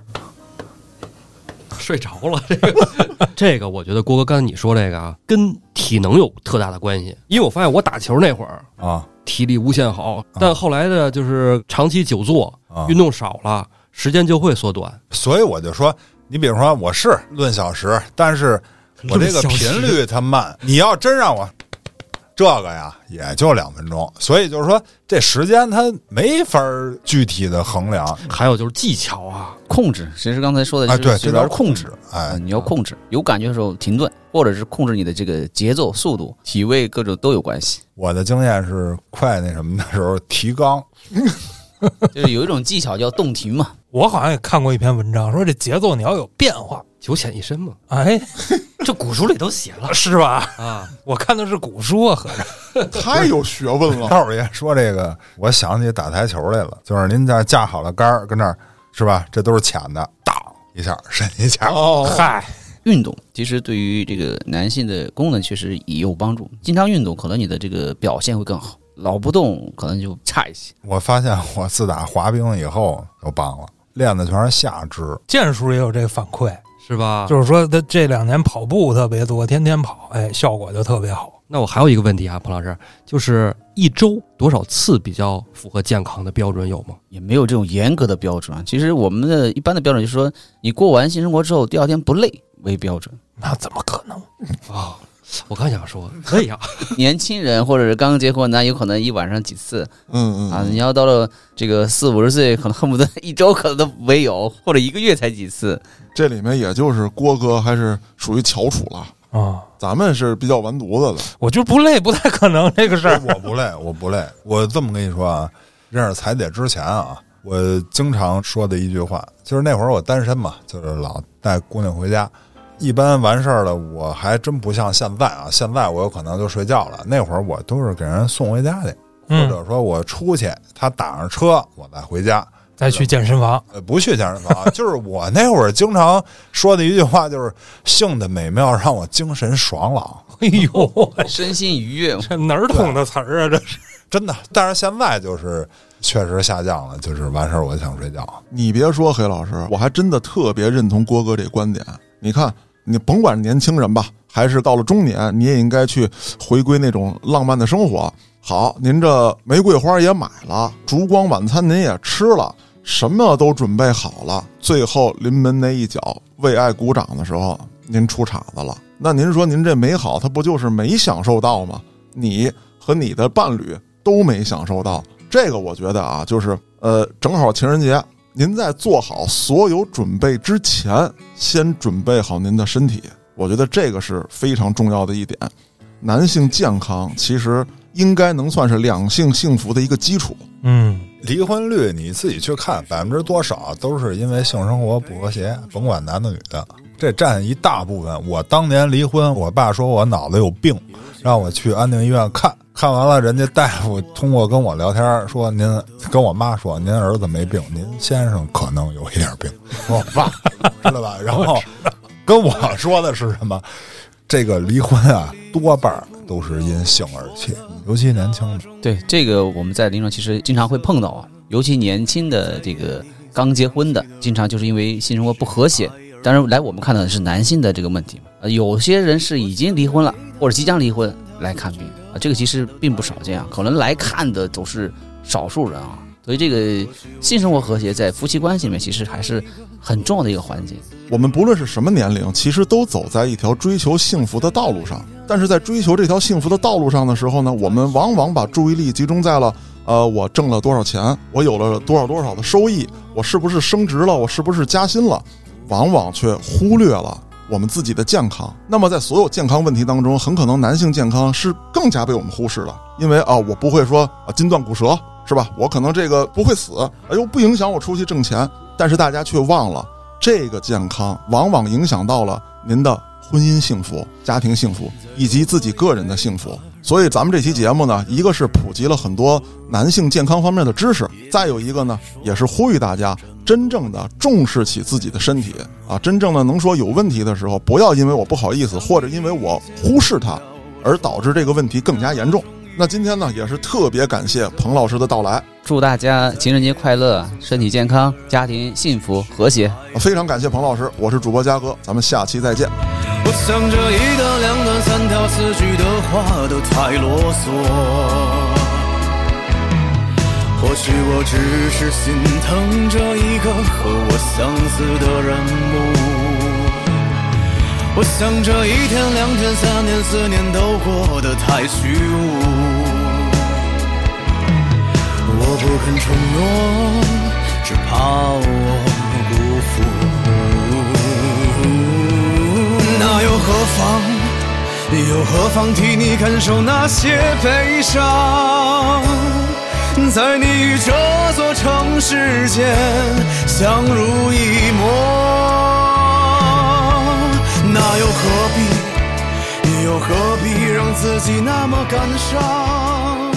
D: 睡着了。这个，这个我觉得郭哥刚才你说这个啊，跟体能有特大的关系，因为我发现我打球那会儿
B: 啊
D: 体力无限好，但后来的就是长期久坐，
B: 啊
D: 运动少了，时间就会缩短。
B: 所以我就说，你比如说我是论小时，但是我这个频率它慢，你要真让我这个呀，也就两分钟。所以就是说，这时间它没法儿具体的衡量。
D: 还有就是技巧啊，
F: 控制，其实刚才说的
B: 哎，
F: 就是
B: 对，
F: 主
B: 这叫
F: 要是控制。。啊，
B: 哎，
F: 你要控制，有感觉的时候停顿，或者是控制你的这个节奏、速度、体位，各种都有关系。
B: 我的经验是，快那什么的时候提 纲，
F: 就是有一种技巧叫动停嘛，
A: 我好像也看过一篇文章，说这节奏你要有变化。
D: 九浅一深嘛，
A: 哎，
D: 这古书里都写了
A: 是吧？
D: 啊。
A: 我看的是古书啊，合着
C: 太有学问了。
B: 赵少爷说这个，我想起打台球来了，就是您这架好了杆儿，跟那儿是吧？这都是浅的，当一下伸一下，
C: 哦，
A: 嗨，
F: 运动其实对于这个男性的功能确实也有帮助。经常运动，可能你的这个表现会更好；老不动，可能就差一些。
B: 我发现我自打滑冰以后就棒了，练的全是下肢。
A: 剑叔也有这个反馈，
D: 是吧？
A: 就是说他这两年跑步特别多，天天跑，哎，效果就特别好。
D: 那我还有一个问题啊，彭老师，就是一周多少次比较符合健康的标准有吗？
F: 也没有这种严格的标准啊。其实我们的一般的标准就是说，你过完性生活之后，第二天不累为标准。
A: 那怎么可能？
D: 啊、我刚想说，可以啊，
F: 年轻人或者是刚结婚呢，有可能一晚上几次
C: 嗯嗯
F: 啊。你要到了这个四五十岁，可能恨不得一周可能都没有，或者一个月才几次。
C: 这里面也就是郭哥还是属于翘楚了，
A: 啊，
C: 咱们是比较完犊子的。
A: 我就不累，不太可能这个事儿。
B: 我不累，我不累。我这么跟你说啊，认识彩姐之前啊，我经常说的一句话，就是那会儿我单身嘛，就是老带姑娘回家。一般完事儿了，我还真不像现在啊，现在我有可能就睡觉了。那会儿我都是给人送回家去，或
A: 嗯，
B: 者说我出去，他打上车，我再回家。
A: 再去健身房，
B: 呃，不去健身房，就是我那会儿经常说的一句话，就是性的美妙让我精神爽朗。
A: 哎呦，
F: 身心愉悦嘛，
A: 这哪儿捅的词儿啊？这是
B: 真的。但是现在就是确实下降了，就是完事儿我想睡觉。
C: 你别说黑老师，我还真的特别认同郭哥这观点。你看，你甭管是年轻人吧，还是到了中年，你也应该去回归那种浪漫的生活。好，您这玫瑰花也买了，烛光晚餐您也吃了，什么都准备好了，最后临门那一脚为爱鼓掌的时候，您出岔子了。那您说您这美好，它不就是没享受到吗？你和你的伴侣都没享受到，这个我觉得啊，就是呃，正好情人节，您在做好所有准备之前，先准备好您的身体，我觉得这个是非常重要的一点。男性健康其实应该能算是两性幸福的一个基础。
A: 嗯，
B: 离婚率你自己去看，百分之多少都是因为性生活不和谐，甭管男的女的，这占一大部分。我当年离婚，我爸说我脑子有病，让我去安定医院看。看完了，人家大夫通过跟我聊天说：“您跟我妈说，您儿子没病，您先生可能有一点病。”我爸知道吧？然后跟我说的是什么？这个离婚啊，多半儿都是因性而起，尤其年轻的。
F: 对这个，我们在临床其实经常会碰到啊，尤其年轻的这个刚结婚的，经常就是因为性生活不和谐。当然，来我们看到的是男性的这个问题，呃，有些人是已经离婚了或者即将离婚来看病啊、这个其实并不少见啊，可能来看的都是少数人啊。所以，这个性生活和谐在夫妻关系里面其实还是很重要的一个环节。
C: 我们不论是什么年龄，其实都走在一条追求幸福的道路上。但是在追求这条幸福的道路上的时候呢，我们往往把注意力集中在了，呃，我挣了多少钱，我有了多少多少的收益，我是不是升职了，我是不是加薪了，往往却忽略了我们自己的健康。那么在所有健康问题当中，很可能男性健康是更加被我们忽视了，因为啊，我不会说啊筋断骨折是吧？我可能这个不会死，哎呦，不影响我出去挣钱。但是大家却忘了。这个健康往往影响到了您的婚姻幸福、家庭幸福以及自己个人的幸福。所以咱们这期节目呢，一个是普及了很多男性健康方面的知识，再有一个呢，也是呼吁大家真正的重视起自己的身体啊，真正的能说有问题的时候，不要因为我不好意思或者因为我忽视它而导致这个问题更加严重。那今天呢，也是特别感谢彭老师的到来，啊
F: 祝大家情人节快乐，身体健康，家庭幸福和谐。
C: 非常感谢彭老师，我是主播嘉哥，咱们下期再见。
G: 我想着一段、两段、三条、四句的话都太啰嗦。或许我只是心疼这一个和我相似的人物。我想着一天、两天、三年、四年都过得太虚无。我不肯承诺，只怕我辜负。那又何妨？又何妨替你感受那些悲伤？在你与这座城市间相濡以沫，那又何必？又何必让自己那么感伤？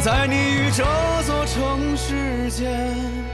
G: 在你与这座城市间。